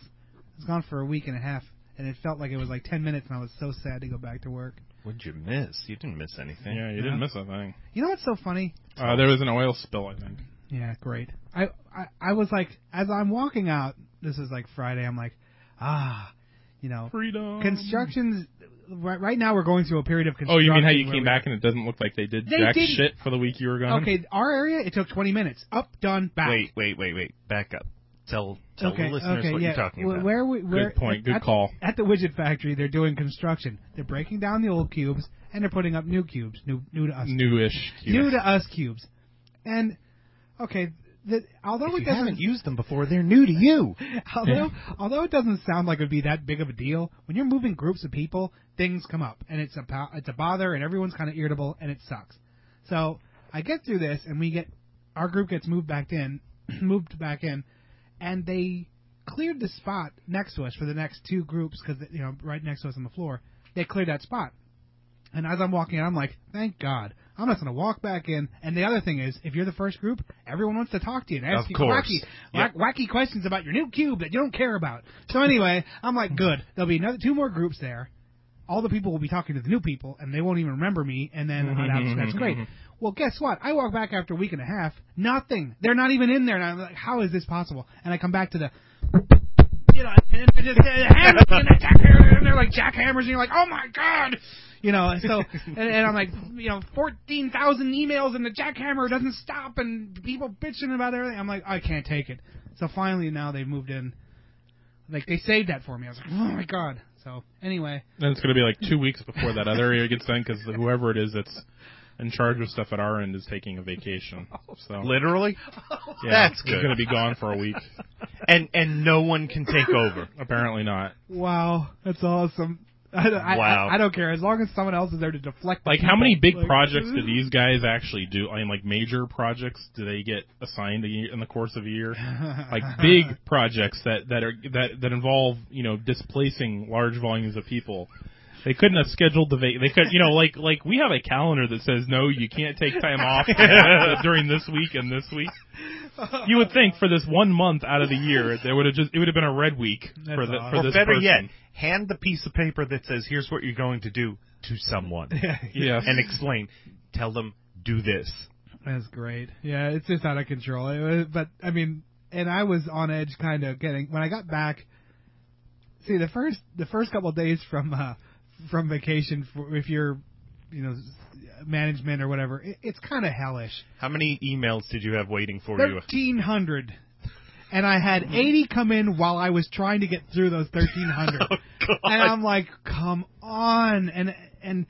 Speaker 2: was gone for a week and a half, and it felt like it was like ten minutes, and I was so sad to go back to work.
Speaker 15: What'd you miss? You didn't miss anything.
Speaker 16: Yeah, you
Speaker 2: Yeah.
Speaker 16: didn't miss a thing.
Speaker 2: You know what's so funny?
Speaker 16: Uh, there was an oil spill, I think.
Speaker 2: Yeah, great. I, I I was like, as I'm walking out, this is like Friday. I'm like, ah, you know,
Speaker 16: freedom.
Speaker 2: Constructions. Right, right now, we're going through a period of
Speaker 16: Oh,
Speaker 2: construction.
Speaker 16: you mean how you
Speaker 2: where
Speaker 16: came
Speaker 2: we-
Speaker 16: back and it doesn't look like they did
Speaker 2: They
Speaker 16: jack
Speaker 2: didn't-
Speaker 16: shit for the week you were gone?
Speaker 2: Okay, our area. It took 20 minutes. Up, done, back.
Speaker 15: Wait, wait, wait, wait. Back up. Tell tell
Speaker 2: okay,
Speaker 15: the listeners
Speaker 2: okay,
Speaker 15: what
Speaker 2: yeah.
Speaker 15: you're talking
Speaker 2: Wh-
Speaker 15: about.
Speaker 2: Where we, where,
Speaker 15: Good point.
Speaker 2: at-
Speaker 15: Good
Speaker 2: at-
Speaker 15: call.
Speaker 2: At the widget factory, they're doing construction. They're breaking down the old cubes and they're putting up new cubes, new new to us,
Speaker 16: Newish.
Speaker 2: new to us cubes. And okay, the, although
Speaker 15: If
Speaker 2: it
Speaker 15: you
Speaker 2: doesn't
Speaker 15: haven't used them before, they're new to you.
Speaker 2: although although it doesn't sound like it would be that big of a deal, when you're moving groups of people, things come up, and it's a po- it's a bother, and everyone's kind of irritable, and it sucks. So I get through this, and we get our group gets moved back in, moved back in, and they cleared the spot next to us for the next two groups because you know right next to us on the floor, they cleared that spot. And as I'm walking in, I'm like, thank God. I'm just going to walk back in. And the other thing is, if you're the first group, everyone wants to talk to you and ask
Speaker 15: Of
Speaker 2: you
Speaker 15: course.
Speaker 2: wacky,
Speaker 15: Yep.
Speaker 2: wack- wacky questions about your new cube that you don't care about. So anyway, I'm like, good. There'll be another two more groups there. All the people will be talking to the new people, and they won't even remember me. And then
Speaker 15: Mm-hmm.
Speaker 2: oh, that's, that's great. Well, guess what? I walk back after a week and a half. Nothing. They're not even in there. And I'm like, how is this possible? And I come back to the, you know, and then I just the hammers and the jackhammer, and they're like jackhammers, and you're like, oh my god, you know. and So and, and I'm like, you know, fourteen thousand emails, and the jackhammer doesn't stop, and people bitching about everything. I'm like, I can't take it. So finally, now they've moved in. Like they saved that for me. I was like, oh my god. So anyway,
Speaker 16: Then it's going to be like two weeks before that other area gets done because whoever it is that's in charge of stuff at our end is taking a vacation. So
Speaker 15: Literally?
Speaker 16: yeah,
Speaker 15: That's
Speaker 16: He's
Speaker 15: good.
Speaker 16: going to be gone for a week.
Speaker 15: And and no one can take over.
Speaker 16: Apparently not.
Speaker 2: wow, that's awesome. I, don't- I,
Speaker 16: Wow.
Speaker 2: I, I don't care as long as someone else is there to deflect. the
Speaker 16: Like, how many
Speaker 2: people.
Speaker 16: big
Speaker 2: Like- mm-hmm.
Speaker 16: projects do these guys actually do? I mean, like major projects do they get assigned a year- in the course of a year? Like big projects that that are that that involve you know displacing large volumes of people. They couldn't have scheduled the vac- they could you know like like we have a calendar that says no you can't take time off during this week and this week. You would think for this one month out of the year there would have just it would have been a red week for the, for
Speaker 15: or
Speaker 16: this
Speaker 15: better
Speaker 16: person.
Speaker 15: yet, hand the piece of paper that says here's what you're going to do to someone.
Speaker 16: Yes.
Speaker 15: And explain. Tell them do this.
Speaker 2: That's great. Yeah, it's just out of control. It was- but I mean, and I was on edge, kind of getting when I got back. See, the first the first couple of days from uh, from vacation, for, if you're, you know, s- management or whatever, it, it's kind of hellish.
Speaker 15: How many emails did you have waiting for you?
Speaker 2: Thirteen hundred, and I had eighty come in while I was trying to get through those thirteen hundred, and I'm like, come on, and and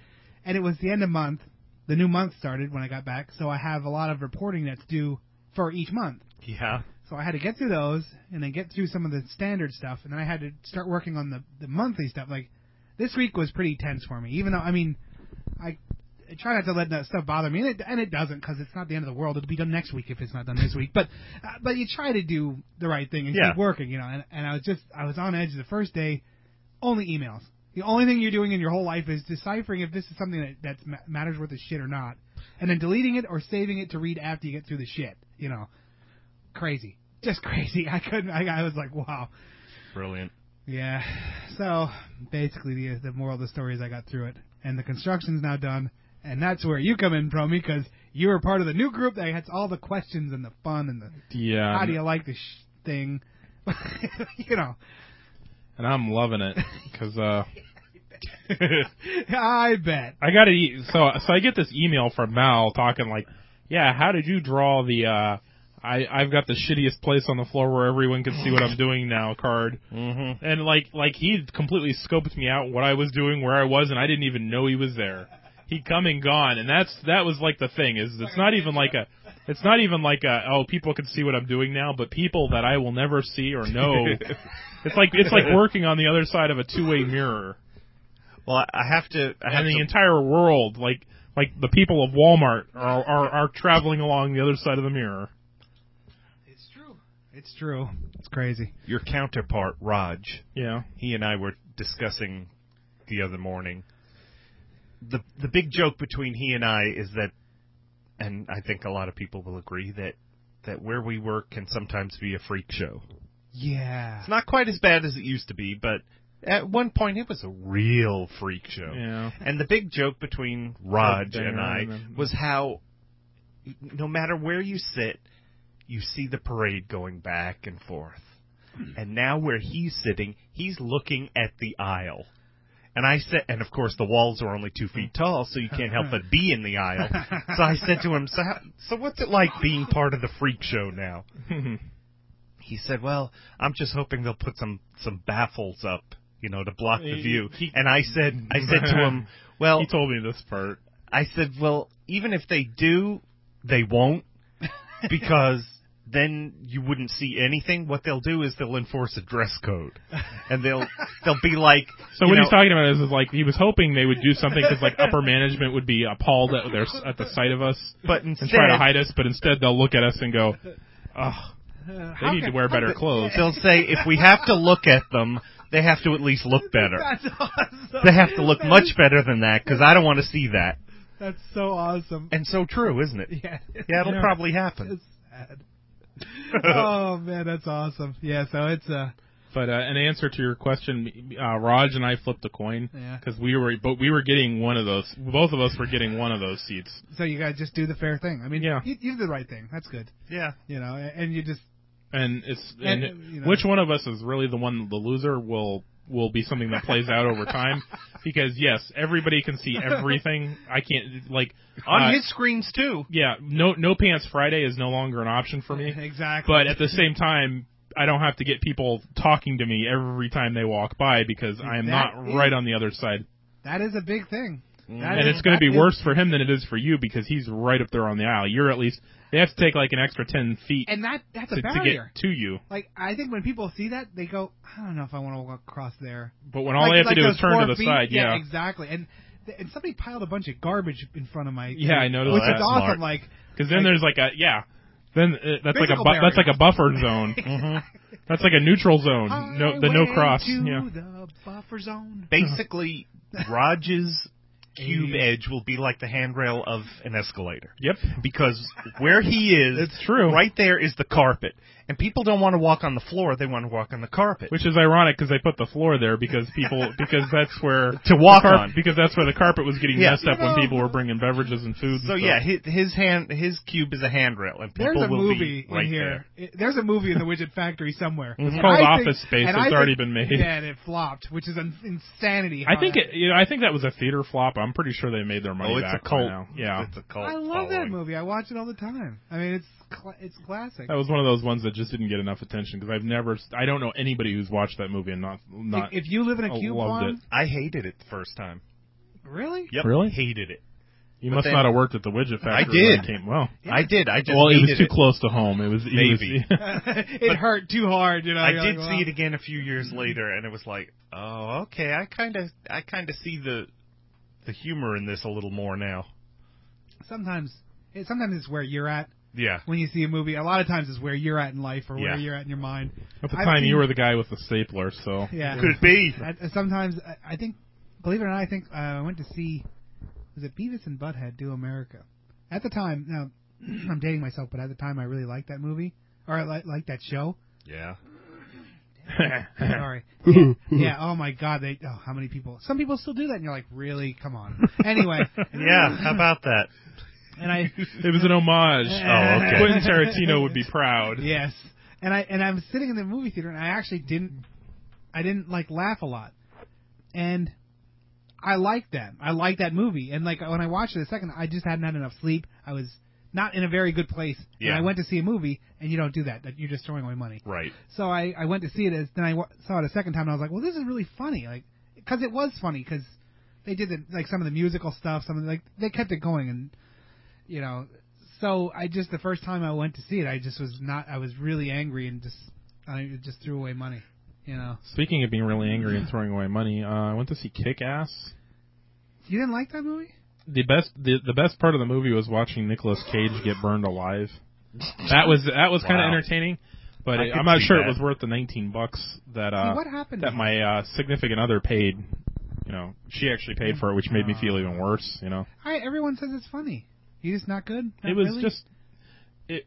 Speaker 2: and it was the end of month. The new month started when I got back, so I have a lot of reporting that's due for each month.
Speaker 15: Yeah.
Speaker 2: So I had to get through those, and then get through some of the standard stuff, and then I had to start working on the the monthly stuff. Like this week was pretty tense for me, even though I mean, I. I try not to let that stuff bother me, and it, and it doesn't because it's not the end of the world. It'll be done next week if it's not done this week. But uh, but you try to do the right thing and
Speaker 15: Yeah.
Speaker 2: keep working, you know. And, and I was just I was on edge the first day, only emails. The only thing you're doing in your whole life is deciphering if this is something that that's ma- matters worth of shit or not, and then deleting it or saving it to read after you get through the shit. You know, crazy, just crazy. I couldn't. I, I was like, wow.
Speaker 15: Brilliant.
Speaker 2: Yeah. So basically, the the moral of the story is I got through it, and the construction's now done, and that's where you come in, Promi, because you were part of the new group that has all the questions and the fun and the
Speaker 16: Yeah.
Speaker 2: how do you like this sh- thing, you know.
Speaker 16: and I'm loving it because uh.
Speaker 2: I bet.
Speaker 16: I got to so so I get this email from Mal talking like, yeah, how did you draw the uh I I've got the shittiest place on the floor where everyone can see what I'm doing now card.
Speaker 15: Mm-hmm.
Speaker 16: And like like he had completely scoped me out what I was doing, where I was, and I didn't even know he was there. He come and gone, and that's that was like the thing is it's not even like a it's not even like a oh people can see what I'm doing now, but people that I will never see or know. it's like it's like working on the other side of a two way mirror
Speaker 15: Well, I I have to. I have
Speaker 16: and
Speaker 15: to
Speaker 16: the entire world. Like Like the people of Walmart are are, are traveling along the other side of the mirror.
Speaker 2: It's true. It's crazy.
Speaker 15: Your counterpart, Raj.
Speaker 16: Yeah.
Speaker 15: He and I were discussing the other morning. The the big joke between he and I is that and I think a lot of people will agree that that where we work can sometimes be a freak show.
Speaker 2: Yeah.
Speaker 15: It's not quite as bad as it used to be, but at one point it was a real freak show.
Speaker 16: Yeah.
Speaker 15: And the big joke between Raj
Speaker 16: Up
Speaker 15: and
Speaker 16: there
Speaker 15: I
Speaker 16: and then-
Speaker 15: was how no matter where you sit, you see the parade going back and forth. And now where he's sitting, he's looking at the aisle. And I said, and of course the walls are only two feet tall, so you can't help but be in the aisle. So I said to him, so, how, so what's it like being part of the freak show now? he said, "Well, I'm just hoping they'll put some some baffles up, you know, to block the
Speaker 16: He-
Speaker 15: view."
Speaker 16: he-
Speaker 15: and I said, I said to him, "Well,"
Speaker 16: he told me this part.
Speaker 15: I said, "Well, even if they do, they won't, because then you wouldn't see anything. What they'll do is they'll enforce a dress code, and they'll they'll be like,
Speaker 16: So
Speaker 15: you
Speaker 16: what
Speaker 15: know,
Speaker 16: he's talking about is, is like he was hoping they would do something because like upper management would be appalled at their at the sight of us
Speaker 15: But
Speaker 16: and try to
Speaker 15: instead-
Speaker 16: hide us, but instead they'll look at us and go, "Oh, they
Speaker 2: How
Speaker 16: need to
Speaker 2: can-
Speaker 16: wear better clothes."
Speaker 15: They'll say if we have to look at them, they have to at least look better.
Speaker 2: That's awesome.
Speaker 15: They have to look
Speaker 2: That is-
Speaker 15: much better than that because I don't want to see that.
Speaker 2: That's so awesome.
Speaker 15: And so true, isn't it?
Speaker 2: Yeah.
Speaker 15: Yeah, it'll
Speaker 2: Yeah.
Speaker 15: probably happen.
Speaker 2: It's sad. oh man, that's awesome. Yeah. So it's uh
Speaker 16: But uh, in answer to your question, uh, Raj and I flipped a coin
Speaker 2: Yeah.
Speaker 16: because we were, but we were getting one of those. Both of us were getting one of those seats.
Speaker 2: so you gotta just do the fair thing. I mean,
Speaker 16: Yeah.
Speaker 2: you, you did the right thing. That's good.
Speaker 15: Yeah.
Speaker 2: You know, a- and you just
Speaker 16: and it's
Speaker 2: And,
Speaker 16: and,
Speaker 2: you know.
Speaker 16: which one of us is really the one the loser will will be something that plays out over time because yes everybody can see everything i can't like uh,
Speaker 15: On his screens too.
Speaker 16: yeah no no pants friday is no longer an option for me
Speaker 2: exactly.
Speaker 16: but at the same time i don't have to get people talking to me every time they walk by because i am
Speaker 2: That
Speaker 16: not
Speaker 2: is-
Speaker 16: right on the other side
Speaker 2: that is a big thing. That
Speaker 16: and
Speaker 2: is-
Speaker 16: it's going to
Speaker 2: that
Speaker 16: be
Speaker 2: is-
Speaker 16: worse for him than it is for you because he's right up there on the aisle you're at least they have to take like an extra 10 feet
Speaker 2: And that that's
Speaker 16: to, to
Speaker 2: a barrier.
Speaker 16: get to you
Speaker 2: Like I think when people see that, they go, I don't know if I want to walk across there.
Speaker 16: but when all
Speaker 2: Like-
Speaker 16: they have
Speaker 2: like
Speaker 16: to do
Speaker 2: those
Speaker 16: is turn to
Speaker 2: four
Speaker 16: the
Speaker 2: feet,
Speaker 16: side yeah,
Speaker 2: exactly. And th- and somebody piled a bunch of garbage in front of my
Speaker 16: Yeah, I noticed
Speaker 2: which
Speaker 16: that.
Speaker 2: is awesome.
Speaker 16: Smart.
Speaker 2: Like
Speaker 16: Because then
Speaker 2: Like-
Speaker 16: there's like a yeah. Then uh, that's like a
Speaker 2: Physical
Speaker 16: bu- that's like
Speaker 2: barrier.
Speaker 16: a buffer zone. Mm-hmm. That's like a neutral zone.
Speaker 2: I
Speaker 16: No, the no
Speaker 2: went
Speaker 16: cross.
Speaker 2: to
Speaker 16: Yeah.
Speaker 2: the buffer zone.
Speaker 15: Basically, Raj's cube edge will be like the handrail of an escalator.
Speaker 16: Yep.
Speaker 15: Because where he is,
Speaker 16: It's true.
Speaker 15: Right there is the carpet, and people don't want to walk on the floor; they want to walk on the carpet.
Speaker 16: Which is ironic because they put the floor there because people because that's where
Speaker 15: To walk
Speaker 16: the carp-
Speaker 15: on.
Speaker 16: because that's where the carpet was getting
Speaker 15: Yeah.
Speaker 16: messed up when
Speaker 2: You know-
Speaker 16: people were bringing beverages and food.
Speaker 15: so
Speaker 16: and
Speaker 15: yeah,
Speaker 16: stuff.
Speaker 15: his, his hand, his cube is a handrail, and people
Speaker 2: There's a
Speaker 15: will
Speaker 2: movie
Speaker 15: be right
Speaker 2: in here. It- there's a movie in the Widget Factory somewhere.
Speaker 16: It's
Speaker 2: And
Speaker 16: called
Speaker 2: I think-
Speaker 16: Office Space.
Speaker 2: and
Speaker 16: It's
Speaker 2: I think-
Speaker 16: already been made.
Speaker 2: Yeah, and it flopped, which is an insanity.
Speaker 16: I
Speaker 2: how
Speaker 16: think it.
Speaker 2: that-
Speaker 16: You know, I think that was a theater flop. I'm pretty sure they made their
Speaker 15: there.
Speaker 16: money
Speaker 15: Oh, it's
Speaker 16: back
Speaker 15: a cult.
Speaker 16: by now. Yeah.
Speaker 15: It's a cult.
Speaker 2: I love that
Speaker 15: following.
Speaker 2: movie. I watch it all the time. I mean, it's cla it's classic.
Speaker 16: That was one of those ones that just didn't get enough attention because I've never, I don't know anybody who's watched that movie and not not.
Speaker 2: if, if you live in a
Speaker 16: I
Speaker 2: cube
Speaker 16: loved
Speaker 2: one,
Speaker 16: it.
Speaker 15: I hated it the first time.
Speaker 2: really?
Speaker 15: Yep.
Speaker 16: Really?
Speaker 15: Hated it.
Speaker 16: you
Speaker 15: but
Speaker 16: must
Speaker 15: then-
Speaker 16: not have worked at the widget factory.
Speaker 15: I
Speaker 16: when
Speaker 15: did.
Speaker 16: it Came, well,
Speaker 15: I did. I just
Speaker 16: well, it was
Speaker 15: hated
Speaker 16: too close to home. It was it was-
Speaker 15: Maybe.
Speaker 2: it
Speaker 15: But-
Speaker 2: hurt too hard, you know.
Speaker 15: I
Speaker 2: you're
Speaker 15: did
Speaker 2: like,
Speaker 15: see
Speaker 2: wow.
Speaker 15: it again a few years later, and it was like, oh, okay, I kind of, I kind of see the, the humor in this a little more now.
Speaker 2: Sometimes, it, sometimes it's where you're at
Speaker 15: Yeah,
Speaker 2: when you see a movie. A lot of times it's where you're at in life or
Speaker 15: Yeah.
Speaker 2: where you're at in your mind.
Speaker 16: At the
Speaker 2: I've
Speaker 16: time,
Speaker 2: seen-
Speaker 16: you were the guy with the stapler, so
Speaker 2: Yeah.
Speaker 15: could be.
Speaker 2: I, I sometimes I, I think, believe it or not, I think uh, I went to see was it Beavis and Butthead do America. At the time, now I'm dating myself, but at the time I really liked that movie or I li- liked that show.
Speaker 15: Yeah,
Speaker 2: Sorry. Yeah, yeah. Oh my God. They. Oh, how many people? Some people still do that, and you're like, really? Come on. Anyway.
Speaker 15: yeah. How about that?
Speaker 2: And I.
Speaker 16: it was an homage.
Speaker 15: Oh, okay.
Speaker 16: Quentin Tarantino would be proud.
Speaker 2: Yes. And I and I was sitting in the movie theater, and I actually didn't. I didn't like laugh a lot, and I liked that. I liked that movie, and like when I watched it a second, I just hadn't had enough sleep. I was not in a very good place. And
Speaker 15: Yeah.
Speaker 2: I went to see a movie, and you don't do that. That you're just throwing away money.
Speaker 15: Right.
Speaker 2: So I, I went to see it. As, then I w- saw it a second time, and I was like, "Well, this is really funny," like because it was funny because they did the, like some of the musical stuff, some of the, like they kept it going, and you know. So I just the first time I went to see it, I just was not. I was really angry and just I just threw away money, you know.
Speaker 16: Speaking of being really angry and throwing away money, uh, I went to see Kick Ass.
Speaker 2: You didn't like that movie?
Speaker 16: the best the, the best part of the movie was watching Nicolas Cage get burned alive. That was that was kind of
Speaker 15: Wow.
Speaker 16: entertaining, but
Speaker 15: I
Speaker 16: it,
Speaker 15: could
Speaker 16: I'm not
Speaker 15: see
Speaker 16: sure
Speaker 15: that.
Speaker 16: it was worth the 19 bucks that uh
Speaker 2: See, what happened
Speaker 16: that
Speaker 2: to
Speaker 16: my uh, significant other paid. You know, she actually paid for it, which made me feel even worse. You know,
Speaker 2: Hi, everyone says it's funny. He's just not good. Not
Speaker 16: it was
Speaker 2: really.
Speaker 16: just it.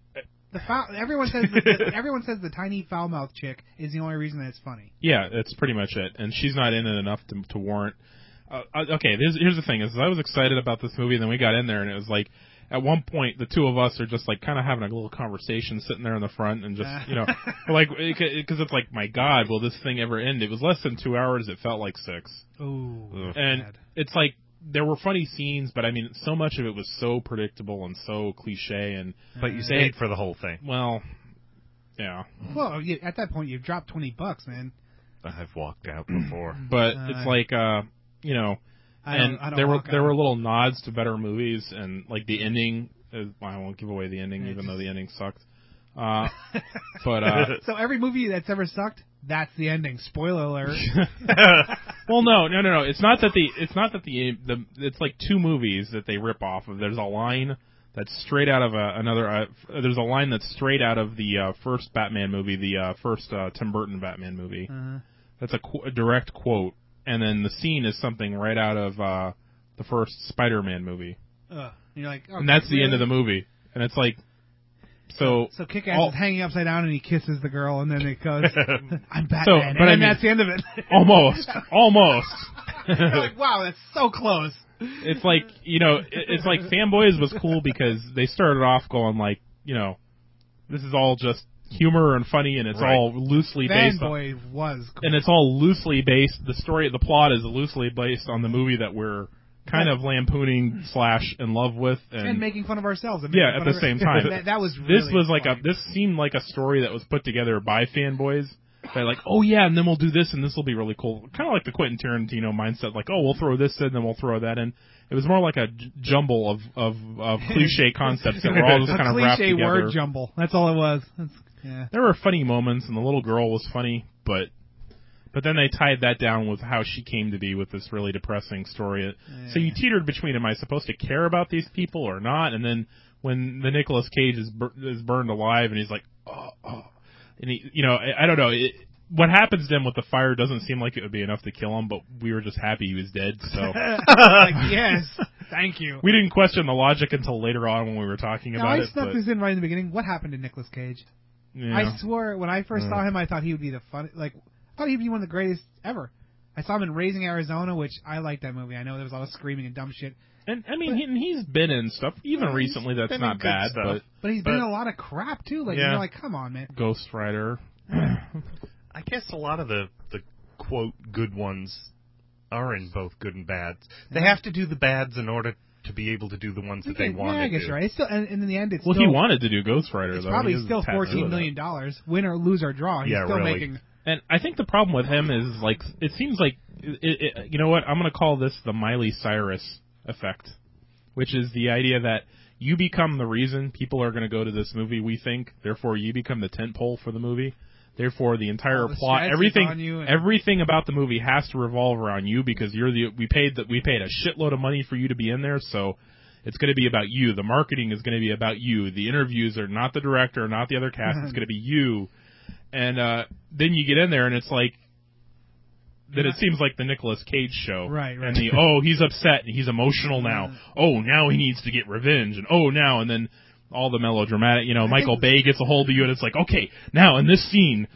Speaker 2: the foul. Everyone says the, everyone says the tiny foul mouth chick is the only reason that it's funny.
Speaker 16: Yeah, that's pretty much it. And she's not in it enough to, to warrant. Uh, uh, okay, here's, here's the thing: is I was excited about this movie, and then we got in there, and it was like, at one point, the two of us are just like kind of having a little conversation, sitting there in the front, and just you know, like because it's like, my God, will this thing ever end? It was less than two hours. It felt like six.
Speaker 2: Oh,
Speaker 16: and it's like there were funny scenes, but I mean, so much of it was so predictable and so cliche, and
Speaker 15: But you
Speaker 16: they-
Speaker 15: stayed for the whole thing.
Speaker 16: Well, yeah.
Speaker 2: Well, you, at that point, you've dropped twenty bucks, man.
Speaker 15: I've walked out before.
Speaker 16: but
Speaker 2: Uh,
Speaker 16: it's like uh you know
Speaker 2: I don't-
Speaker 16: and
Speaker 2: I don't
Speaker 16: there were
Speaker 2: walk
Speaker 16: there
Speaker 2: out.
Speaker 16: were little nods to better movies and like the ending uh, well, I won't give away the ending
Speaker 2: Yeah,
Speaker 16: even
Speaker 2: just-
Speaker 16: though the ending sucked uh but uh
Speaker 2: so every movie that's ever sucked, that's the ending. Spoiler alert.
Speaker 16: well no no no no it's not that the it's not that the the it's like two movies that they rip off of there's a line that's straight out of a, another uh, f- there's a line that's straight out of the uh, first Batman movie the uh, first uh, Tim Burton Batman movie
Speaker 2: Uh-huh.
Speaker 16: that's a, qu- a direct quote, and then the scene is something right out of uh, the first Spider-Man movie,
Speaker 2: Ugh. And you're like, okay,
Speaker 16: and that's the end
Speaker 2: really?
Speaker 16: of the movie, and it's like, so
Speaker 2: So Kick Ass
Speaker 16: all-
Speaker 2: is hanging upside down and he kisses the girl and then it goes, I'm Batman.
Speaker 16: So,
Speaker 2: and
Speaker 16: but I
Speaker 2: then
Speaker 16: mean-
Speaker 2: that's the end of it.
Speaker 16: almost, almost.
Speaker 2: You're like, wow, that's so close.
Speaker 16: it's like you know, it, it's like fanboys was cool because they started off going like, you know, this is all just humor and funny, and it's
Speaker 15: Right.
Speaker 16: all loosely based. on...
Speaker 2: Fanboy was cool.
Speaker 16: and it's all loosely based. The story, the plot is loosely based on the movie that we're kind of lampooning slash in love with, and,
Speaker 2: And, making fun of ourselves. and making
Speaker 16: yeah, at
Speaker 2: fun
Speaker 16: the
Speaker 2: of-
Speaker 16: same time.
Speaker 2: that, that was
Speaker 16: this
Speaker 2: really
Speaker 16: was like
Speaker 2: funny.
Speaker 16: a this seemed like a story that was put together by fanboys. They're like, oh yeah, and then we'll do this, and this will be really cool. Kind of like the Quentin Tarantino mindset, like, oh, we'll throw this in, then we'll throw that in. It was more like a j- jumble of of, of cliche concepts that were all just
Speaker 2: A
Speaker 16: kind of wrapped
Speaker 2: cliche
Speaker 16: together.
Speaker 2: word jumble. That's all it was. That's, yeah.
Speaker 16: There were funny moments, and the little girl was funny, but but then they tied that down with how she came to be with this really depressing story. So you teetered between, am I supposed to care about these people or not? And then when the Nicolas Cage is bur- is burned alive, and he's like, oh, oh. and he, you know, I, I don't know. It, what happens to him with the fire doesn't seem like it would be enough to kill him, but we were just happy he was dead. So
Speaker 2: like, yes, thank you.
Speaker 16: we didn't question the logic until later on when we were talking
Speaker 2: Now,
Speaker 16: about
Speaker 2: I
Speaker 16: it.
Speaker 2: snuck
Speaker 16: but,
Speaker 2: this in right in the beginning. What happened to Nicolas Cage?
Speaker 16: you know.
Speaker 2: I swore when I first
Speaker 16: Mm.
Speaker 2: saw him, I thought he would be the fun. Like, I thought he'd be one of the greatest ever. I saw him in Raising Arizona, which I liked that movie. I know there was a lot of screaming and dumb shit,
Speaker 16: And I mean, he, and he's been in stuff even
Speaker 2: Well, he's
Speaker 16: recently that's
Speaker 15: been in
Speaker 16: not
Speaker 15: good
Speaker 16: bad,
Speaker 15: stuff.
Speaker 16: but
Speaker 2: but he's been in a lot of crap too. Like,
Speaker 16: Yeah.
Speaker 2: you're like, come on, man.
Speaker 16: Ghost Rider.
Speaker 15: I guess a lot of the the quote good ones are in both good and bad. They have to do the bads in order to be able to do the ones that they
Speaker 2: yeah,
Speaker 15: want
Speaker 2: I
Speaker 15: to
Speaker 2: guess
Speaker 15: do.
Speaker 2: you're right. It's still, and, and in the end, it's
Speaker 16: Well,
Speaker 2: still,
Speaker 16: he wanted to do Ghost Rider
Speaker 2: It's
Speaker 16: though.
Speaker 2: probably
Speaker 16: He is
Speaker 2: still
Speaker 16: tattooed
Speaker 2: fourteen
Speaker 16: on
Speaker 2: million dollars. Win or lose or draw, he's
Speaker 16: Yeah,
Speaker 2: still
Speaker 16: really.
Speaker 2: making.
Speaker 16: it. And I think the problem with him is like it seems like it, it, you know what I'm going to call this the Miley Cyrus effect, which is the idea that you become the reason people are going to go to this movie. We think, therefore, you become the tentpole for the movie. Therefore, the entire
Speaker 2: All the
Speaker 16: plot,
Speaker 2: stretch is
Speaker 16: everything,
Speaker 2: on you and-
Speaker 16: everything about the movie has to revolve around you because you're the we paid that we paid a shitload of money for you to be in there, so it's going to be about you. The marketing is going to be about you. The interviews are not the director, not the other cast. it's going to be you. And uh, then you get in there, and it's like that. It seems like the Nicolas Cage show,
Speaker 2: Right, Mm-hmm. right.
Speaker 16: And the oh, he's upset and he's emotional now. Oh, now he needs to get revenge, and oh, now and then all the melodramatic. You know, Michael Bay gets a hold of you, and it's like, okay, now in this scene,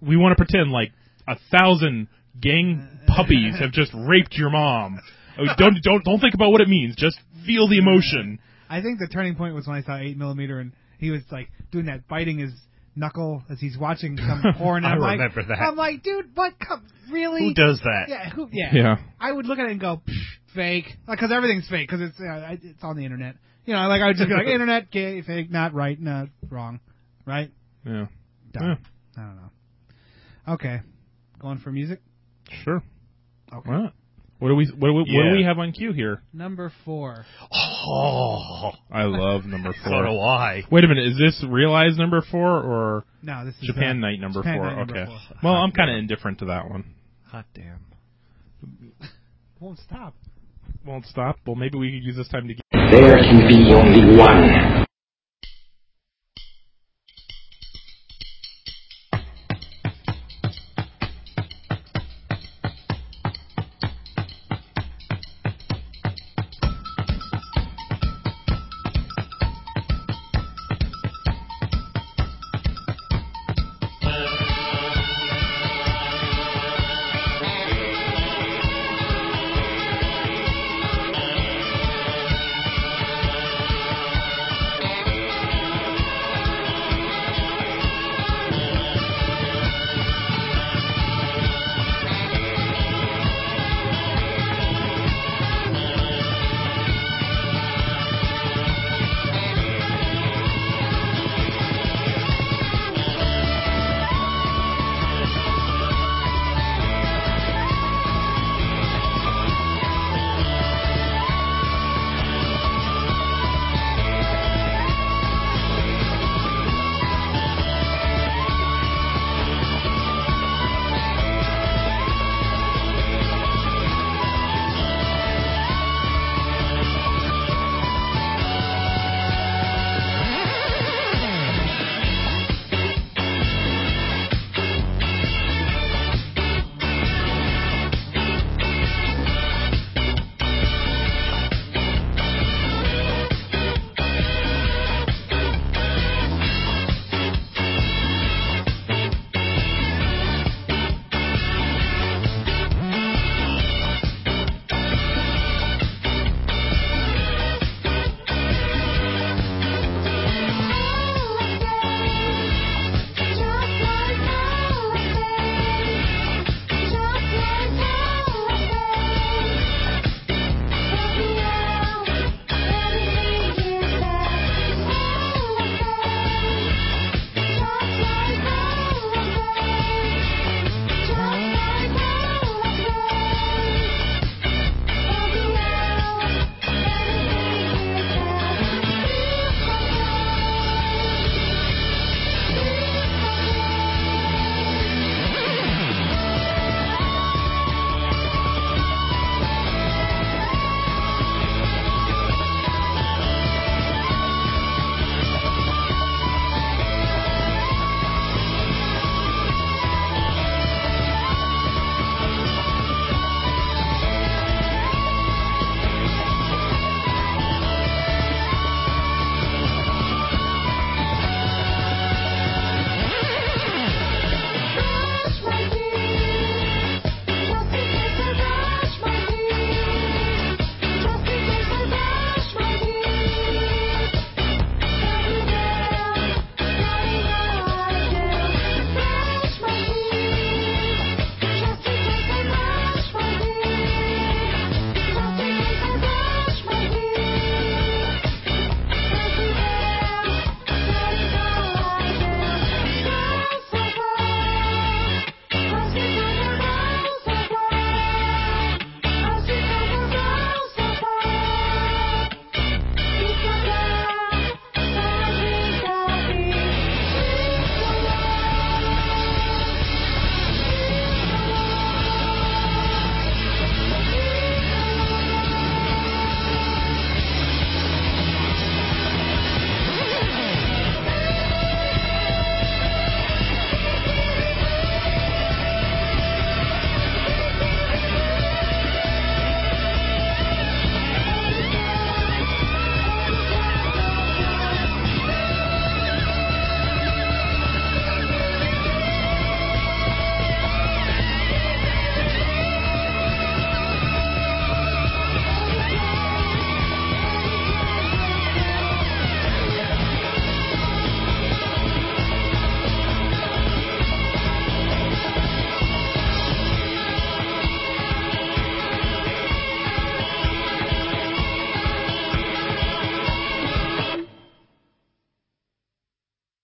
Speaker 16: we want to pretend like a thousand gang puppies have just raped your mom. Oh, don't don't don't think about what it means. Just feel the emotion.
Speaker 2: I think the turning point was when I saw eight millimeter, and he was like doing that, biting his knuckle as he's watching some porn. And
Speaker 15: I
Speaker 2: I'm
Speaker 15: remember
Speaker 2: like,
Speaker 15: that.
Speaker 2: I'm like, dude, what? Come, really?
Speaker 15: Who does that?
Speaker 2: Yeah, who, yeah.
Speaker 15: Yeah.
Speaker 2: I would look at it and go, Psh, fake, because everything's fake, because it's uh, I- it's on the internet. You know, like I would just be like, internet, gay, fake, not right, not wrong, right?
Speaker 16: Yeah.
Speaker 2: Done. I don't know. Okay, going for music.
Speaker 16: Sure. Okay. What do we what do we, what
Speaker 15: Yeah.
Speaker 16: do we have on cue here?
Speaker 2: Number four.
Speaker 15: Oh,
Speaker 16: I love number
Speaker 15: So
Speaker 16: four.
Speaker 15: do I.
Speaker 16: Wait a minute, is this realize number four or
Speaker 2: No, this is,
Speaker 16: Japan
Speaker 2: uh,
Speaker 16: night number
Speaker 2: Japan
Speaker 16: four?
Speaker 2: Night number
Speaker 16: okay.
Speaker 2: four.
Speaker 16: Well, I'm kind of indifferent to that one.
Speaker 15: hot damn!
Speaker 2: Won't stop.
Speaker 16: won't stop. Well, maybe we could use this time to get.
Speaker 17: There can be only one.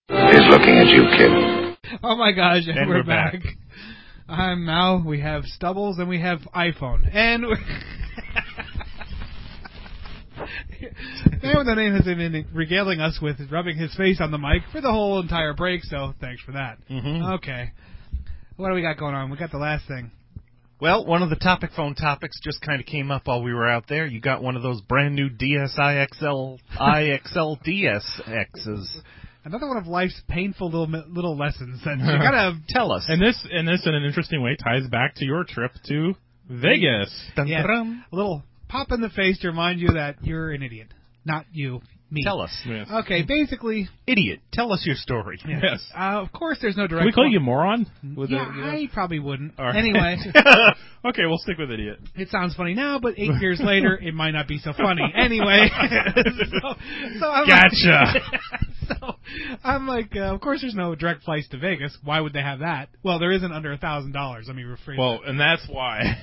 Speaker 17: Is looking at you, kid.
Speaker 2: Oh my gosh, and,
Speaker 15: And
Speaker 2: we're,
Speaker 15: we're
Speaker 2: back.
Speaker 15: back.
Speaker 2: I'm Mal. We have Stubbles and we have iPhone. And we man with the name has been regaling us with rubbing his face on the mic for the whole entire break. So thanks for that.
Speaker 16: Mm-hmm.
Speaker 2: Okay, what do we got going on? We got the last thing.
Speaker 15: Well, one of the topic phone topics just kind of came up while we were out there. You got one of those brand new DSI XL IXL DSXs.
Speaker 2: Another one of life's painful little little lessons that you gotta
Speaker 15: tell us.
Speaker 16: And this and this in an interesting way ties back to your trip to Vegas.
Speaker 2: Dun, yes.
Speaker 15: Um,
Speaker 2: A little pop in the face to remind you that you're an idiot, not you. Me.
Speaker 15: Tell us.
Speaker 16: Yes.
Speaker 2: Okay, basically,
Speaker 15: idiot. Tell us your story.
Speaker 16: Yes. yes.
Speaker 2: Uh, of course, there's no direct.
Speaker 16: Can we call you moron?
Speaker 2: With yeah,
Speaker 16: a, you know?
Speaker 2: I probably wouldn't.
Speaker 16: All right.
Speaker 2: Anyway.
Speaker 16: okay, we'll stick with idiot.
Speaker 2: It sounds funny now, but eight years later, it might not be so funny. Anyway. so, so I'm
Speaker 16: gotcha.
Speaker 2: Like, so I'm like, uh, of course, there's no direct flights to Vegas. Why would they have that? Well, there isn't under a thousand dollars. Let me rephrase.
Speaker 16: Well,
Speaker 2: that.
Speaker 16: and that's why.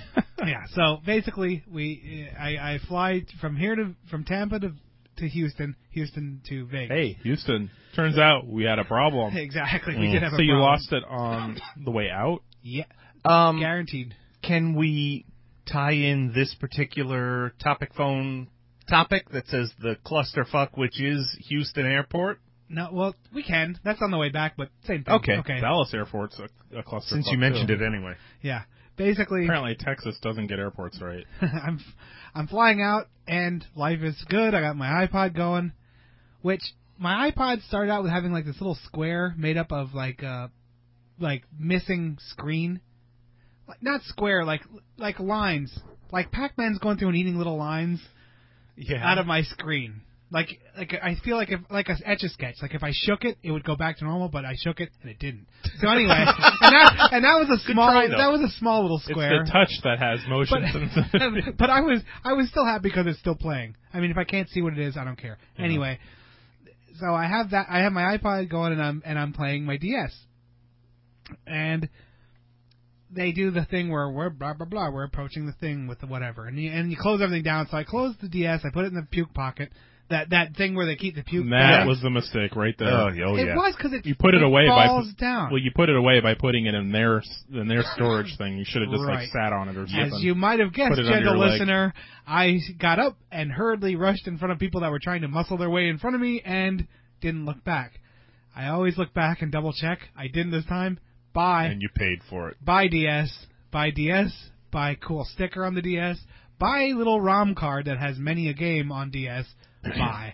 Speaker 2: yeah. So basically, we uh, I, I fly from here to from Tampa to to Houston, Houston to Vegas.
Speaker 16: Hey, Houston. Turns out we had a problem.
Speaker 2: exactly. We mm. did have
Speaker 16: so
Speaker 2: a problem.
Speaker 16: you lost it on the way out?
Speaker 2: Yeah. Um, Guaranteed.
Speaker 15: Can we tie in this particular topic phone topic that says the clusterfuck, which is Houston Airport?
Speaker 2: No, well, we can. That's on the way back, but same thing.
Speaker 16: Okay.
Speaker 2: okay.
Speaker 16: Dallas Airport's a, a clusterfuck.
Speaker 15: Since you mentioned
Speaker 16: too.
Speaker 15: it anyway.
Speaker 2: Yeah. Basically.
Speaker 16: Apparently, Texas doesn't get airports right.
Speaker 2: I'm, I'm flying out and life is good. I got my iPod going, which my iPod started out with having like this little square made up of like uh like missing screen, like not square, like like lines, like Pac-Man's going through and eating little lines
Speaker 15: yeah.
Speaker 2: out of my screen. Like like I feel like if like a etch a sketch. Like if I shook it, it would go back to normal, but I shook it and it didn't. So anyway, and that and that was a small
Speaker 15: try,
Speaker 2: that was a small little square.
Speaker 16: It's the touch that has motion
Speaker 2: but, um, but I was I was still happy because it's still playing. I mean, if I can't see what it is, I don't care.
Speaker 16: Yeah.
Speaker 2: Anyway, so I have that I have my iPod going and I'm and I'm playing my DS. And they do the thing where we're blah blah blah. We're approaching the thing with the whatever, and you, and you close everything down. So I closed the DS. I put it in the puke pocket that that thing where they keep the puke.
Speaker 16: That
Speaker 2: back.
Speaker 16: was the mistake right there.
Speaker 15: Oh, oh
Speaker 2: it
Speaker 15: yeah.
Speaker 2: was because it
Speaker 16: You put it, away
Speaker 2: falls
Speaker 16: by
Speaker 2: down.
Speaker 16: well, you put it away by putting it in their in their storage thing. You should have just
Speaker 2: Right.
Speaker 16: like sat on it or something.
Speaker 2: As you might have guessed,
Speaker 16: Put it under
Speaker 2: gentle
Speaker 16: your leg.
Speaker 2: listener, I got up and hurriedly rushed in front of people that were trying to muscle their way in front of me and didn't look back. I always look back and double check. I didn't this time. Bye.
Speaker 16: and you paid for it.
Speaker 2: buy DS, buy DS, buy cool sticker on the DS, buy little ROM card that has many a game on DS, buy.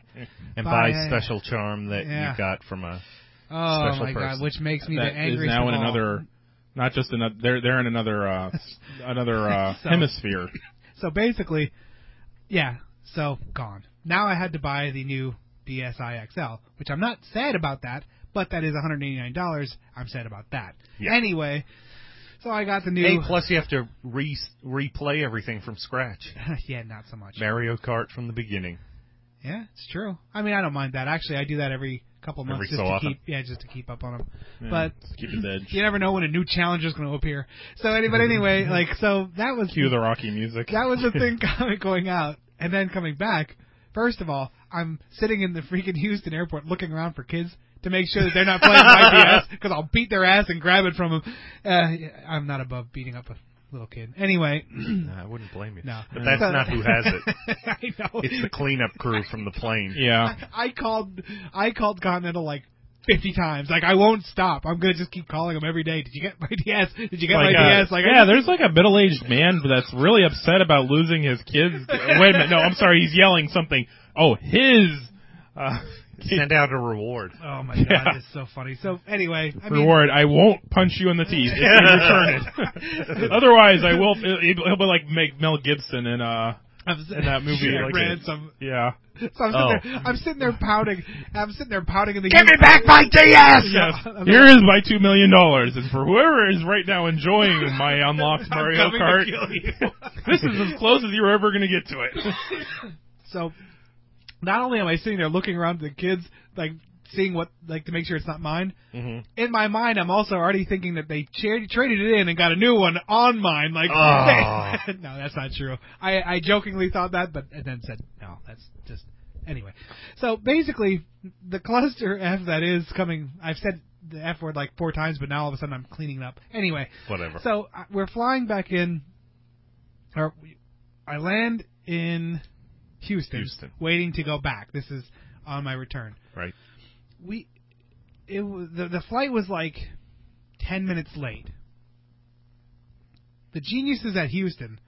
Speaker 15: and
Speaker 2: By
Speaker 15: by
Speaker 2: a-
Speaker 15: special charm that
Speaker 2: Yeah.
Speaker 15: you got from a
Speaker 2: Oh
Speaker 15: Special
Speaker 2: my god,
Speaker 15: person.
Speaker 2: which makes me
Speaker 16: That
Speaker 2: the
Speaker 16: is
Speaker 2: angriest.
Speaker 16: now
Speaker 2: of
Speaker 16: in
Speaker 2: all.
Speaker 16: another, not just another. They're they're in another uh, s- another uh,
Speaker 2: So-
Speaker 16: hemisphere.
Speaker 2: So basically, yeah, so gone. Now I had to buy the new DSi XL, which I'm not sad about that, but that is $189. I'm sad about that.
Speaker 15: Yeah.
Speaker 2: Anyway, so I got the new.
Speaker 15: Hey, plus you have to re- replay everything from scratch.
Speaker 2: yeah, not so much.
Speaker 15: Mario Kart from the beginning.
Speaker 2: Yeah, it's true. I mean, I don't mind that. Actually, I do that every couple months
Speaker 15: Every
Speaker 2: just
Speaker 15: so
Speaker 2: to
Speaker 15: often.
Speaker 2: keep yeah, just to keep up on them.
Speaker 16: Yeah,
Speaker 2: But
Speaker 16: just keep it edge.
Speaker 2: you never know when a new challenger is going to appear. So, any, but anyway, like so that was
Speaker 16: Cue the Rocky music.
Speaker 2: that was the thing going out and then coming back. First of all, I'm sitting in the freaking Houston airport looking around for kids to make sure that they're not playing my DS because I'll beat their ass and grab it from them. Uh, I'm not above beating up a little kid. Anyway,
Speaker 15: I wouldn't blame you.
Speaker 2: No.
Speaker 15: But that's
Speaker 2: So-
Speaker 15: not who has it.
Speaker 2: I know
Speaker 15: It's the cleanup crew from the plane.
Speaker 16: Yeah.
Speaker 2: I called I called Continental like fifty times. Like I won't stop. I'm gonna just keep calling them every day. Did you get my DS? Did you get
Speaker 16: Like,
Speaker 2: my
Speaker 16: uh,
Speaker 2: DS? Like I
Speaker 16: yeah, there's
Speaker 2: just-
Speaker 16: like a middle-aged man that's really upset about losing his kids. Wait a minute, no, I'm sorry, he's yelling something. Oh, his uh,
Speaker 15: Send out a reward.
Speaker 2: Oh my god,
Speaker 16: Yeah.
Speaker 2: it's so funny. So anyway, I mean,
Speaker 16: reward. I won't punch you in the teeth if you return it. Otherwise, I will. He'll he'll be like make Mel Gibson in uh
Speaker 2: I'm
Speaker 16: in that movie.
Speaker 2: Sure,
Speaker 16: like,
Speaker 2: ransom.
Speaker 16: Yeah.
Speaker 2: So I'm sitting,
Speaker 15: Oh.
Speaker 2: there, I'm sitting there pouting. I'm sitting there pouting in the.
Speaker 15: Give me back my DS!
Speaker 16: Yes.
Speaker 2: I'm
Speaker 16: Here
Speaker 2: like-
Speaker 16: is my two million dollars, and for whoever is right now enjoying my unlocked
Speaker 2: I'm
Speaker 16: Mario
Speaker 2: coming to
Speaker 16: Kart,
Speaker 2: kill you.
Speaker 16: this is as close as you're ever going to get to it.
Speaker 2: So, not only am I sitting there looking around at the kids, like seeing what, like to make sure it's not mine.
Speaker 15: Mhm.
Speaker 2: In my mind, I'm also already thinking that they cha- traded it in and got a new one on mine. Like,
Speaker 15: Oh.
Speaker 2: no, that's not true. I, I jokingly thought that, but and then said, no, that's just anyway. So basically, the cluster F that is coming. I've said the F word like four times, but now all of a sudden I'm cleaning it up. Anyway,
Speaker 15: Whatever.
Speaker 2: so uh, we're flying back in, or we- I land in Houston,
Speaker 15: Houston.
Speaker 2: waiting to go back. This is on my return.
Speaker 15: Right.
Speaker 2: We, it was, the the flight was like ten minutes late. the geniuses at Houston.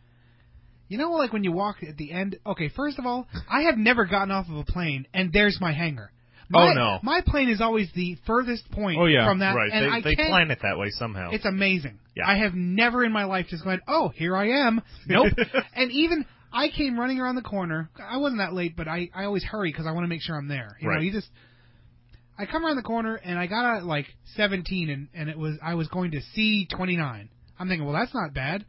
Speaker 2: You know, like when you walk at the end. Okay, first of all, I have never gotten off of a plane, and there's my hangar. My,
Speaker 15: Oh, no.
Speaker 2: My plane is always the furthest point.
Speaker 15: Oh yeah,
Speaker 2: from that,
Speaker 15: right.
Speaker 2: and
Speaker 15: they
Speaker 2: I
Speaker 15: they
Speaker 2: can't-
Speaker 15: plan it that way somehow.
Speaker 2: It's amazing.
Speaker 15: Yeah.
Speaker 2: I have never in my life just gone, oh, here I am. Nope. and even I came running around the corner. I wasn't that late, but I, I always hurry because I want to make sure I'm there. You know,
Speaker 15: Right.
Speaker 2: you just. I come around the corner and I got out at like 17 and, and it was I was going to C 29. I'm thinking, well, that's not bad.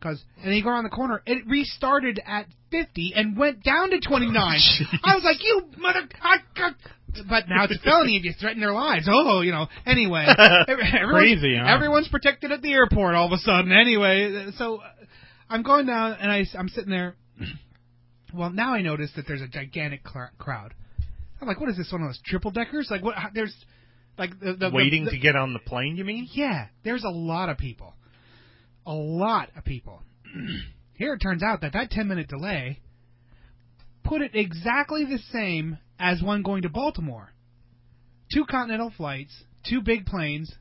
Speaker 2: Cause, and then you go around the corner, it restarted at 50 and went down to 29. I was like, you mother. I, I, but now it's a felony if you threaten their lives. Oh, you know. Anyway, everyone's-
Speaker 16: Crazy, huh?
Speaker 2: Everyone's protected at the airport all of a sudden. Anyway, so uh, I'm going down and I, am sitting there. Well, now I notice that there's a gigantic cl- crowd. I'm like, what is this one of those triple deckers? Like, what? How, there's like the, the
Speaker 15: Waiting
Speaker 2: the-
Speaker 15: to get on the plane, you mean?
Speaker 2: Yeah, there's a lot of people, a lot of people. Here it turns out that that 10 minute delay put it exactly the same as one going to Baltimore. Two continental flights, two big planes,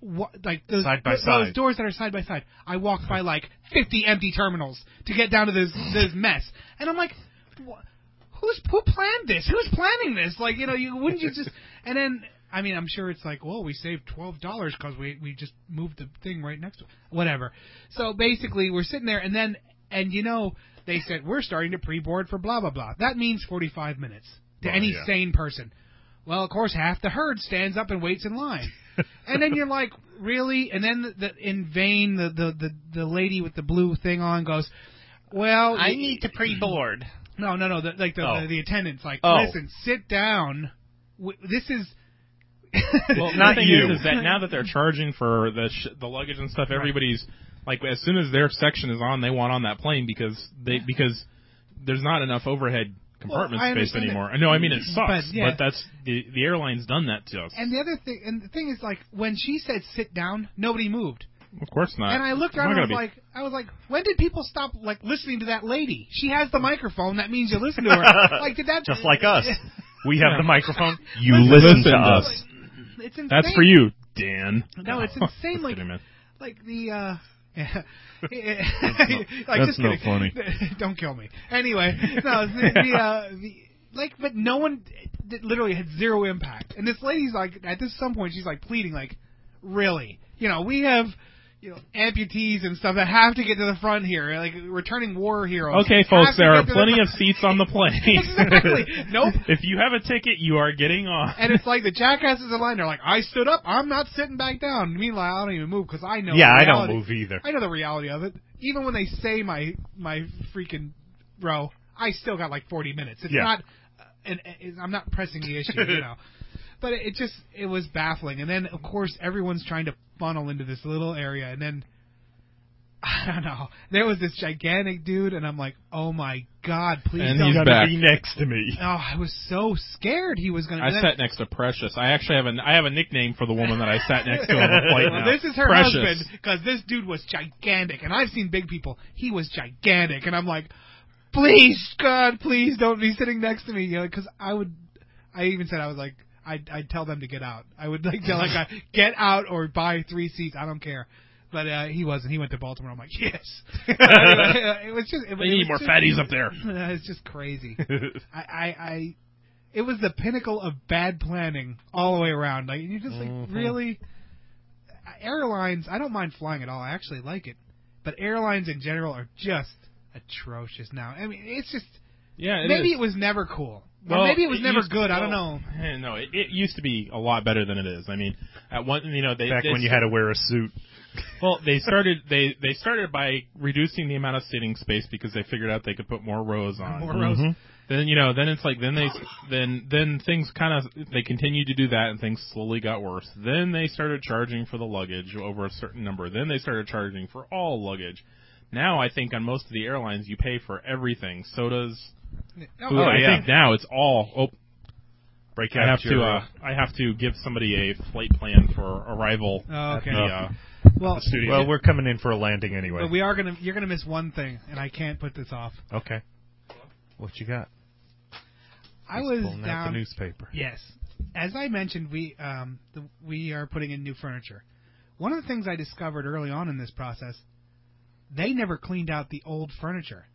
Speaker 2: wha- like those,
Speaker 15: Side by
Speaker 2: those
Speaker 15: side.
Speaker 2: doors that are side by side. I walked by like 50 empty terminals to get down to this this mess, and I'm like, wha- who's who planned this? Who's planning this? Like you know, you wouldn't you just? And then I mean, I'm sure it's like, well, we saved twelve dollars because we we just moved the thing right next to whatever. So basically, we're sitting there, and then and you know, they said we're starting to pre-board for blah blah blah. That means 45 minutes to
Speaker 15: Oh,
Speaker 2: any
Speaker 15: yeah.
Speaker 2: sane person. Well, of course, half the herd stands up and waits in line. and then you're like, really? And then the, the, in vain, the, the the the lady with the blue thing on goes, well,
Speaker 15: I
Speaker 2: y-
Speaker 15: need to pre-board.
Speaker 2: No, no, no. The, like the,
Speaker 15: Oh.
Speaker 2: the the attendant's like,
Speaker 15: Oh.
Speaker 2: listen, sit down. W- This is
Speaker 16: Well,
Speaker 15: Not
Speaker 16: the thing
Speaker 15: you.
Speaker 16: Is, is that now that they're charging for the sh- the luggage and stuff, everybody's like, as soon as their section is on, they want on that plane because they because there's not enough overhead compartment
Speaker 2: I
Speaker 16: space
Speaker 2: understand
Speaker 16: anymore.
Speaker 2: that.
Speaker 16: No, I mean it sucks,
Speaker 2: But, yeah.
Speaker 16: that's the the airline's done that to us.
Speaker 2: And the other thing, and the thing is, like when she said sit down, nobody moved.
Speaker 16: of course not.
Speaker 2: and I looked
Speaker 16: It's not
Speaker 2: around and I was
Speaker 16: gonna
Speaker 2: like, I was like, when did people stop like listening to that lady? She has the microphone. That means you listen to her. like did that?
Speaker 15: Just like us. We have
Speaker 16: Yeah.
Speaker 15: the microphone. You
Speaker 16: Listen-
Speaker 15: listen,
Speaker 16: listen
Speaker 15: to
Speaker 16: to
Speaker 15: us.
Speaker 2: It's insane.
Speaker 16: That's for you, Dan.
Speaker 2: No, it's insane.
Speaker 16: Just
Speaker 2: like,
Speaker 16: kidding, man.
Speaker 2: like the. uh
Speaker 16: that's
Speaker 2: that's
Speaker 16: not funny.
Speaker 2: Don't kill me. Anyway, no, the, the, uh, the like, but no one it literally had zero impact. And this lady's like, at this some point, she's like pleading, like, really, you know, we have. You know, amputees and stuff that have to get to the front here, like returning war heroes.
Speaker 16: Okay,
Speaker 2: have
Speaker 16: folks,
Speaker 2: to
Speaker 16: there
Speaker 2: get
Speaker 16: are
Speaker 2: to the
Speaker 16: plenty
Speaker 2: front.
Speaker 16: of seats on the plane.
Speaker 2: Exactly. Nope.
Speaker 16: If you have a ticket, you are getting on.
Speaker 2: And it's like the jackasses in line. They're like, I stood up. I'm not sitting back down. Meanwhile, I don't even move because I know.
Speaker 15: Yeah,
Speaker 2: the
Speaker 15: I don't
Speaker 2: reality-
Speaker 15: move either.
Speaker 2: I know the reality of it. Even when they say my my freaking row, I still got like 40 minutes. It's
Speaker 15: Yeah.
Speaker 2: not. uh, And I'm not pressing the issue, you know. But it, it just it was baffling. And then of course everyone's trying to funnel into this little area, and then. I don't know. There was this gigantic dude, and I'm like, "Oh my god, please
Speaker 16: And
Speaker 2: don't!"
Speaker 16: he's
Speaker 15: Gonna
Speaker 16: back.
Speaker 15: be next to me.
Speaker 2: Oh, I was so scared he was going to.
Speaker 16: I sat next to Precious. I actually have a I have a nickname for the woman that I sat next to on the flight.
Speaker 2: Well,
Speaker 16: now.
Speaker 2: this is her
Speaker 16: Precious.
Speaker 2: husband because this dude was gigantic, and I've seen big people. He was gigantic, and I'm like, please, God, please don't be sitting next to me, you know, because I would. I even said I was like, I'd, I'd tell them to get out. I would like tell like I get out or buy three seats. I don't care. But uh, he wasn't. He went to Baltimore. I'm like, yes. Anyway, uh, it was just. It,
Speaker 16: They
Speaker 2: it
Speaker 16: need
Speaker 2: was
Speaker 16: more
Speaker 2: just-
Speaker 16: fatties up there.
Speaker 2: it's just crazy. I, I, I, it was the pinnacle of bad planning all the way around. Like you just like
Speaker 16: Mhm.
Speaker 2: really airlines. I don't mind flying at all. I actually like it, but airlines in general are just atrocious now. I mean, it's just
Speaker 16: Yeah, it
Speaker 2: maybe
Speaker 16: is.
Speaker 2: it was never cool.
Speaker 16: Well,
Speaker 2: or maybe it was never
Speaker 16: used-
Speaker 2: good. I don't
Speaker 16: well,
Speaker 2: know.
Speaker 16: eh, No, it, it used to be a lot better than it is. I mean, at one, you know, they
Speaker 15: Back
Speaker 16: they
Speaker 15: when you had to wear a suit.
Speaker 16: Well, they started they they started by reducing the amount of sitting space because they figured out they could put more rows on.
Speaker 2: More rows.
Speaker 15: Mm-hmm.
Speaker 2: Mhm.
Speaker 16: Then you know, then it's like then they then then things kind of they continued to do that and things slowly got worse. Then they started charging for the luggage over a certain number. Then they started charging for all luggage. Now I think on most of the airlines you pay for everything. Sodas,
Speaker 2: Oh,
Speaker 16: food.
Speaker 15: yeah.
Speaker 16: I think now it's all oh
Speaker 15: Break
Speaker 16: I
Speaker 15: out
Speaker 16: have to
Speaker 15: your,
Speaker 16: uh, I have to give somebody a flight plan for arrival
Speaker 2: Oh, okay.
Speaker 16: at the, uh,
Speaker 2: Well,
Speaker 16: the studio.
Speaker 15: well, we're coming in for a landing anyway.
Speaker 2: but we are gonna you're gonna miss one thing, and I can't put this off.
Speaker 15: okay. What you got?
Speaker 2: I
Speaker 15: He's
Speaker 2: was
Speaker 15: pulling out the
Speaker 2: down
Speaker 15: newspaper.
Speaker 2: Yes, as I mentioned, we um the, we are putting in new furniture. One of the things I discovered early on in this process they never cleaned out the old furniture.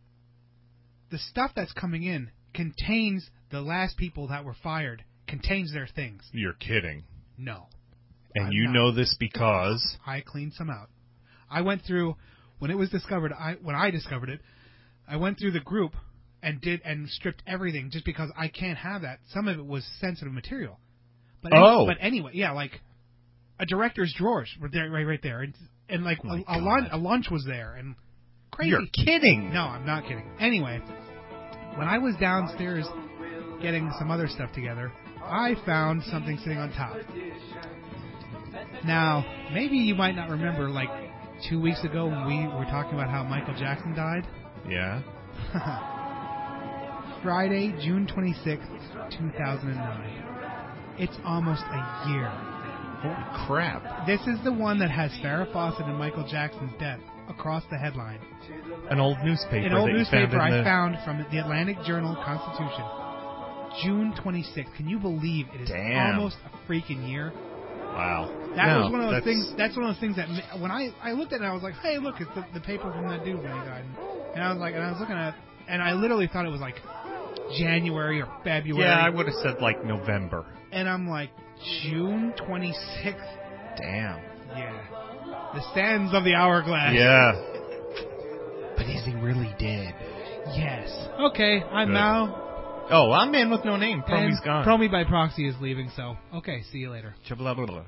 Speaker 2: The stuff that's coming in contains the last people that were fired, contains their things.
Speaker 15: You're kidding.
Speaker 2: No.
Speaker 15: And
Speaker 2: I'm
Speaker 15: you
Speaker 2: not.
Speaker 15: know this because
Speaker 2: I cleaned some out. I went through when it was discovered. I when I discovered it, I went through the group and did and stripped everything just because I can't have that. Some of it was sensitive material. But any-
Speaker 15: Oh.
Speaker 2: but anyway, yeah, like a director's drawers were there right right there, and and like
Speaker 15: Oh my
Speaker 2: a, a, lunch, a lunch was there, and crazy.
Speaker 15: You're kidding.
Speaker 2: No, I'm not kidding. Anyway, when I was downstairs getting some other stuff together, I found something sitting on top. Now, maybe you might not remember, like two weeks ago when we were talking about how Michael Jackson died.
Speaker 15: Yeah.
Speaker 2: Friday, June 26th, 2009. It's almost a year.
Speaker 15: Holy crap.
Speaker 2: This is the one that has Farrah Fawcett and Michael Jackson's death across the headline.
Speaker 15: An old newspaper.
Speaker 2: An old
Speaker 15: that you
Speaker 2: newspaper
Speaker 15: found in
Speaker 2: I
Speaker 15: the-
Speaker 2: found from the Atlantic Journal Constitution. June 26th. Can you believe it is
Speaker 15: Damn.
Speaker 2: almost a freaking year?
Speaker 15: Wow.
Speaker 2: That
Speaker 15: No,
Speaker 2: was one of
Speaker 15: that's-
Speaker 2: those things. That's one of those things that ma- when I I looked at it, I was like, "Hey, look, it's the, the paper from that dude when he died." And I was like, and I was looking at, it, and I literally thought it was like January or February.
Speaker 15: Yeah, I would have said like November.
Speaker 2: And I'm like, June 26th.
Speaker 15: Damn.
Speaker 2: Yeah. The sands of the hourglass.
Speaker 15: Yeah. But is he really dead?
Speaker 2: Yes. Okay, I'm
Speaker 15: Good.
Speaker 2: now.
Speaker 15: Oh, I'm in with no name. Promy's
Speaker 2: and
Speaker 15: gone.
Speaker 2: Promi by proxy is leaving, so okay. See you later.
Speaker 15: Blah, blah, blah.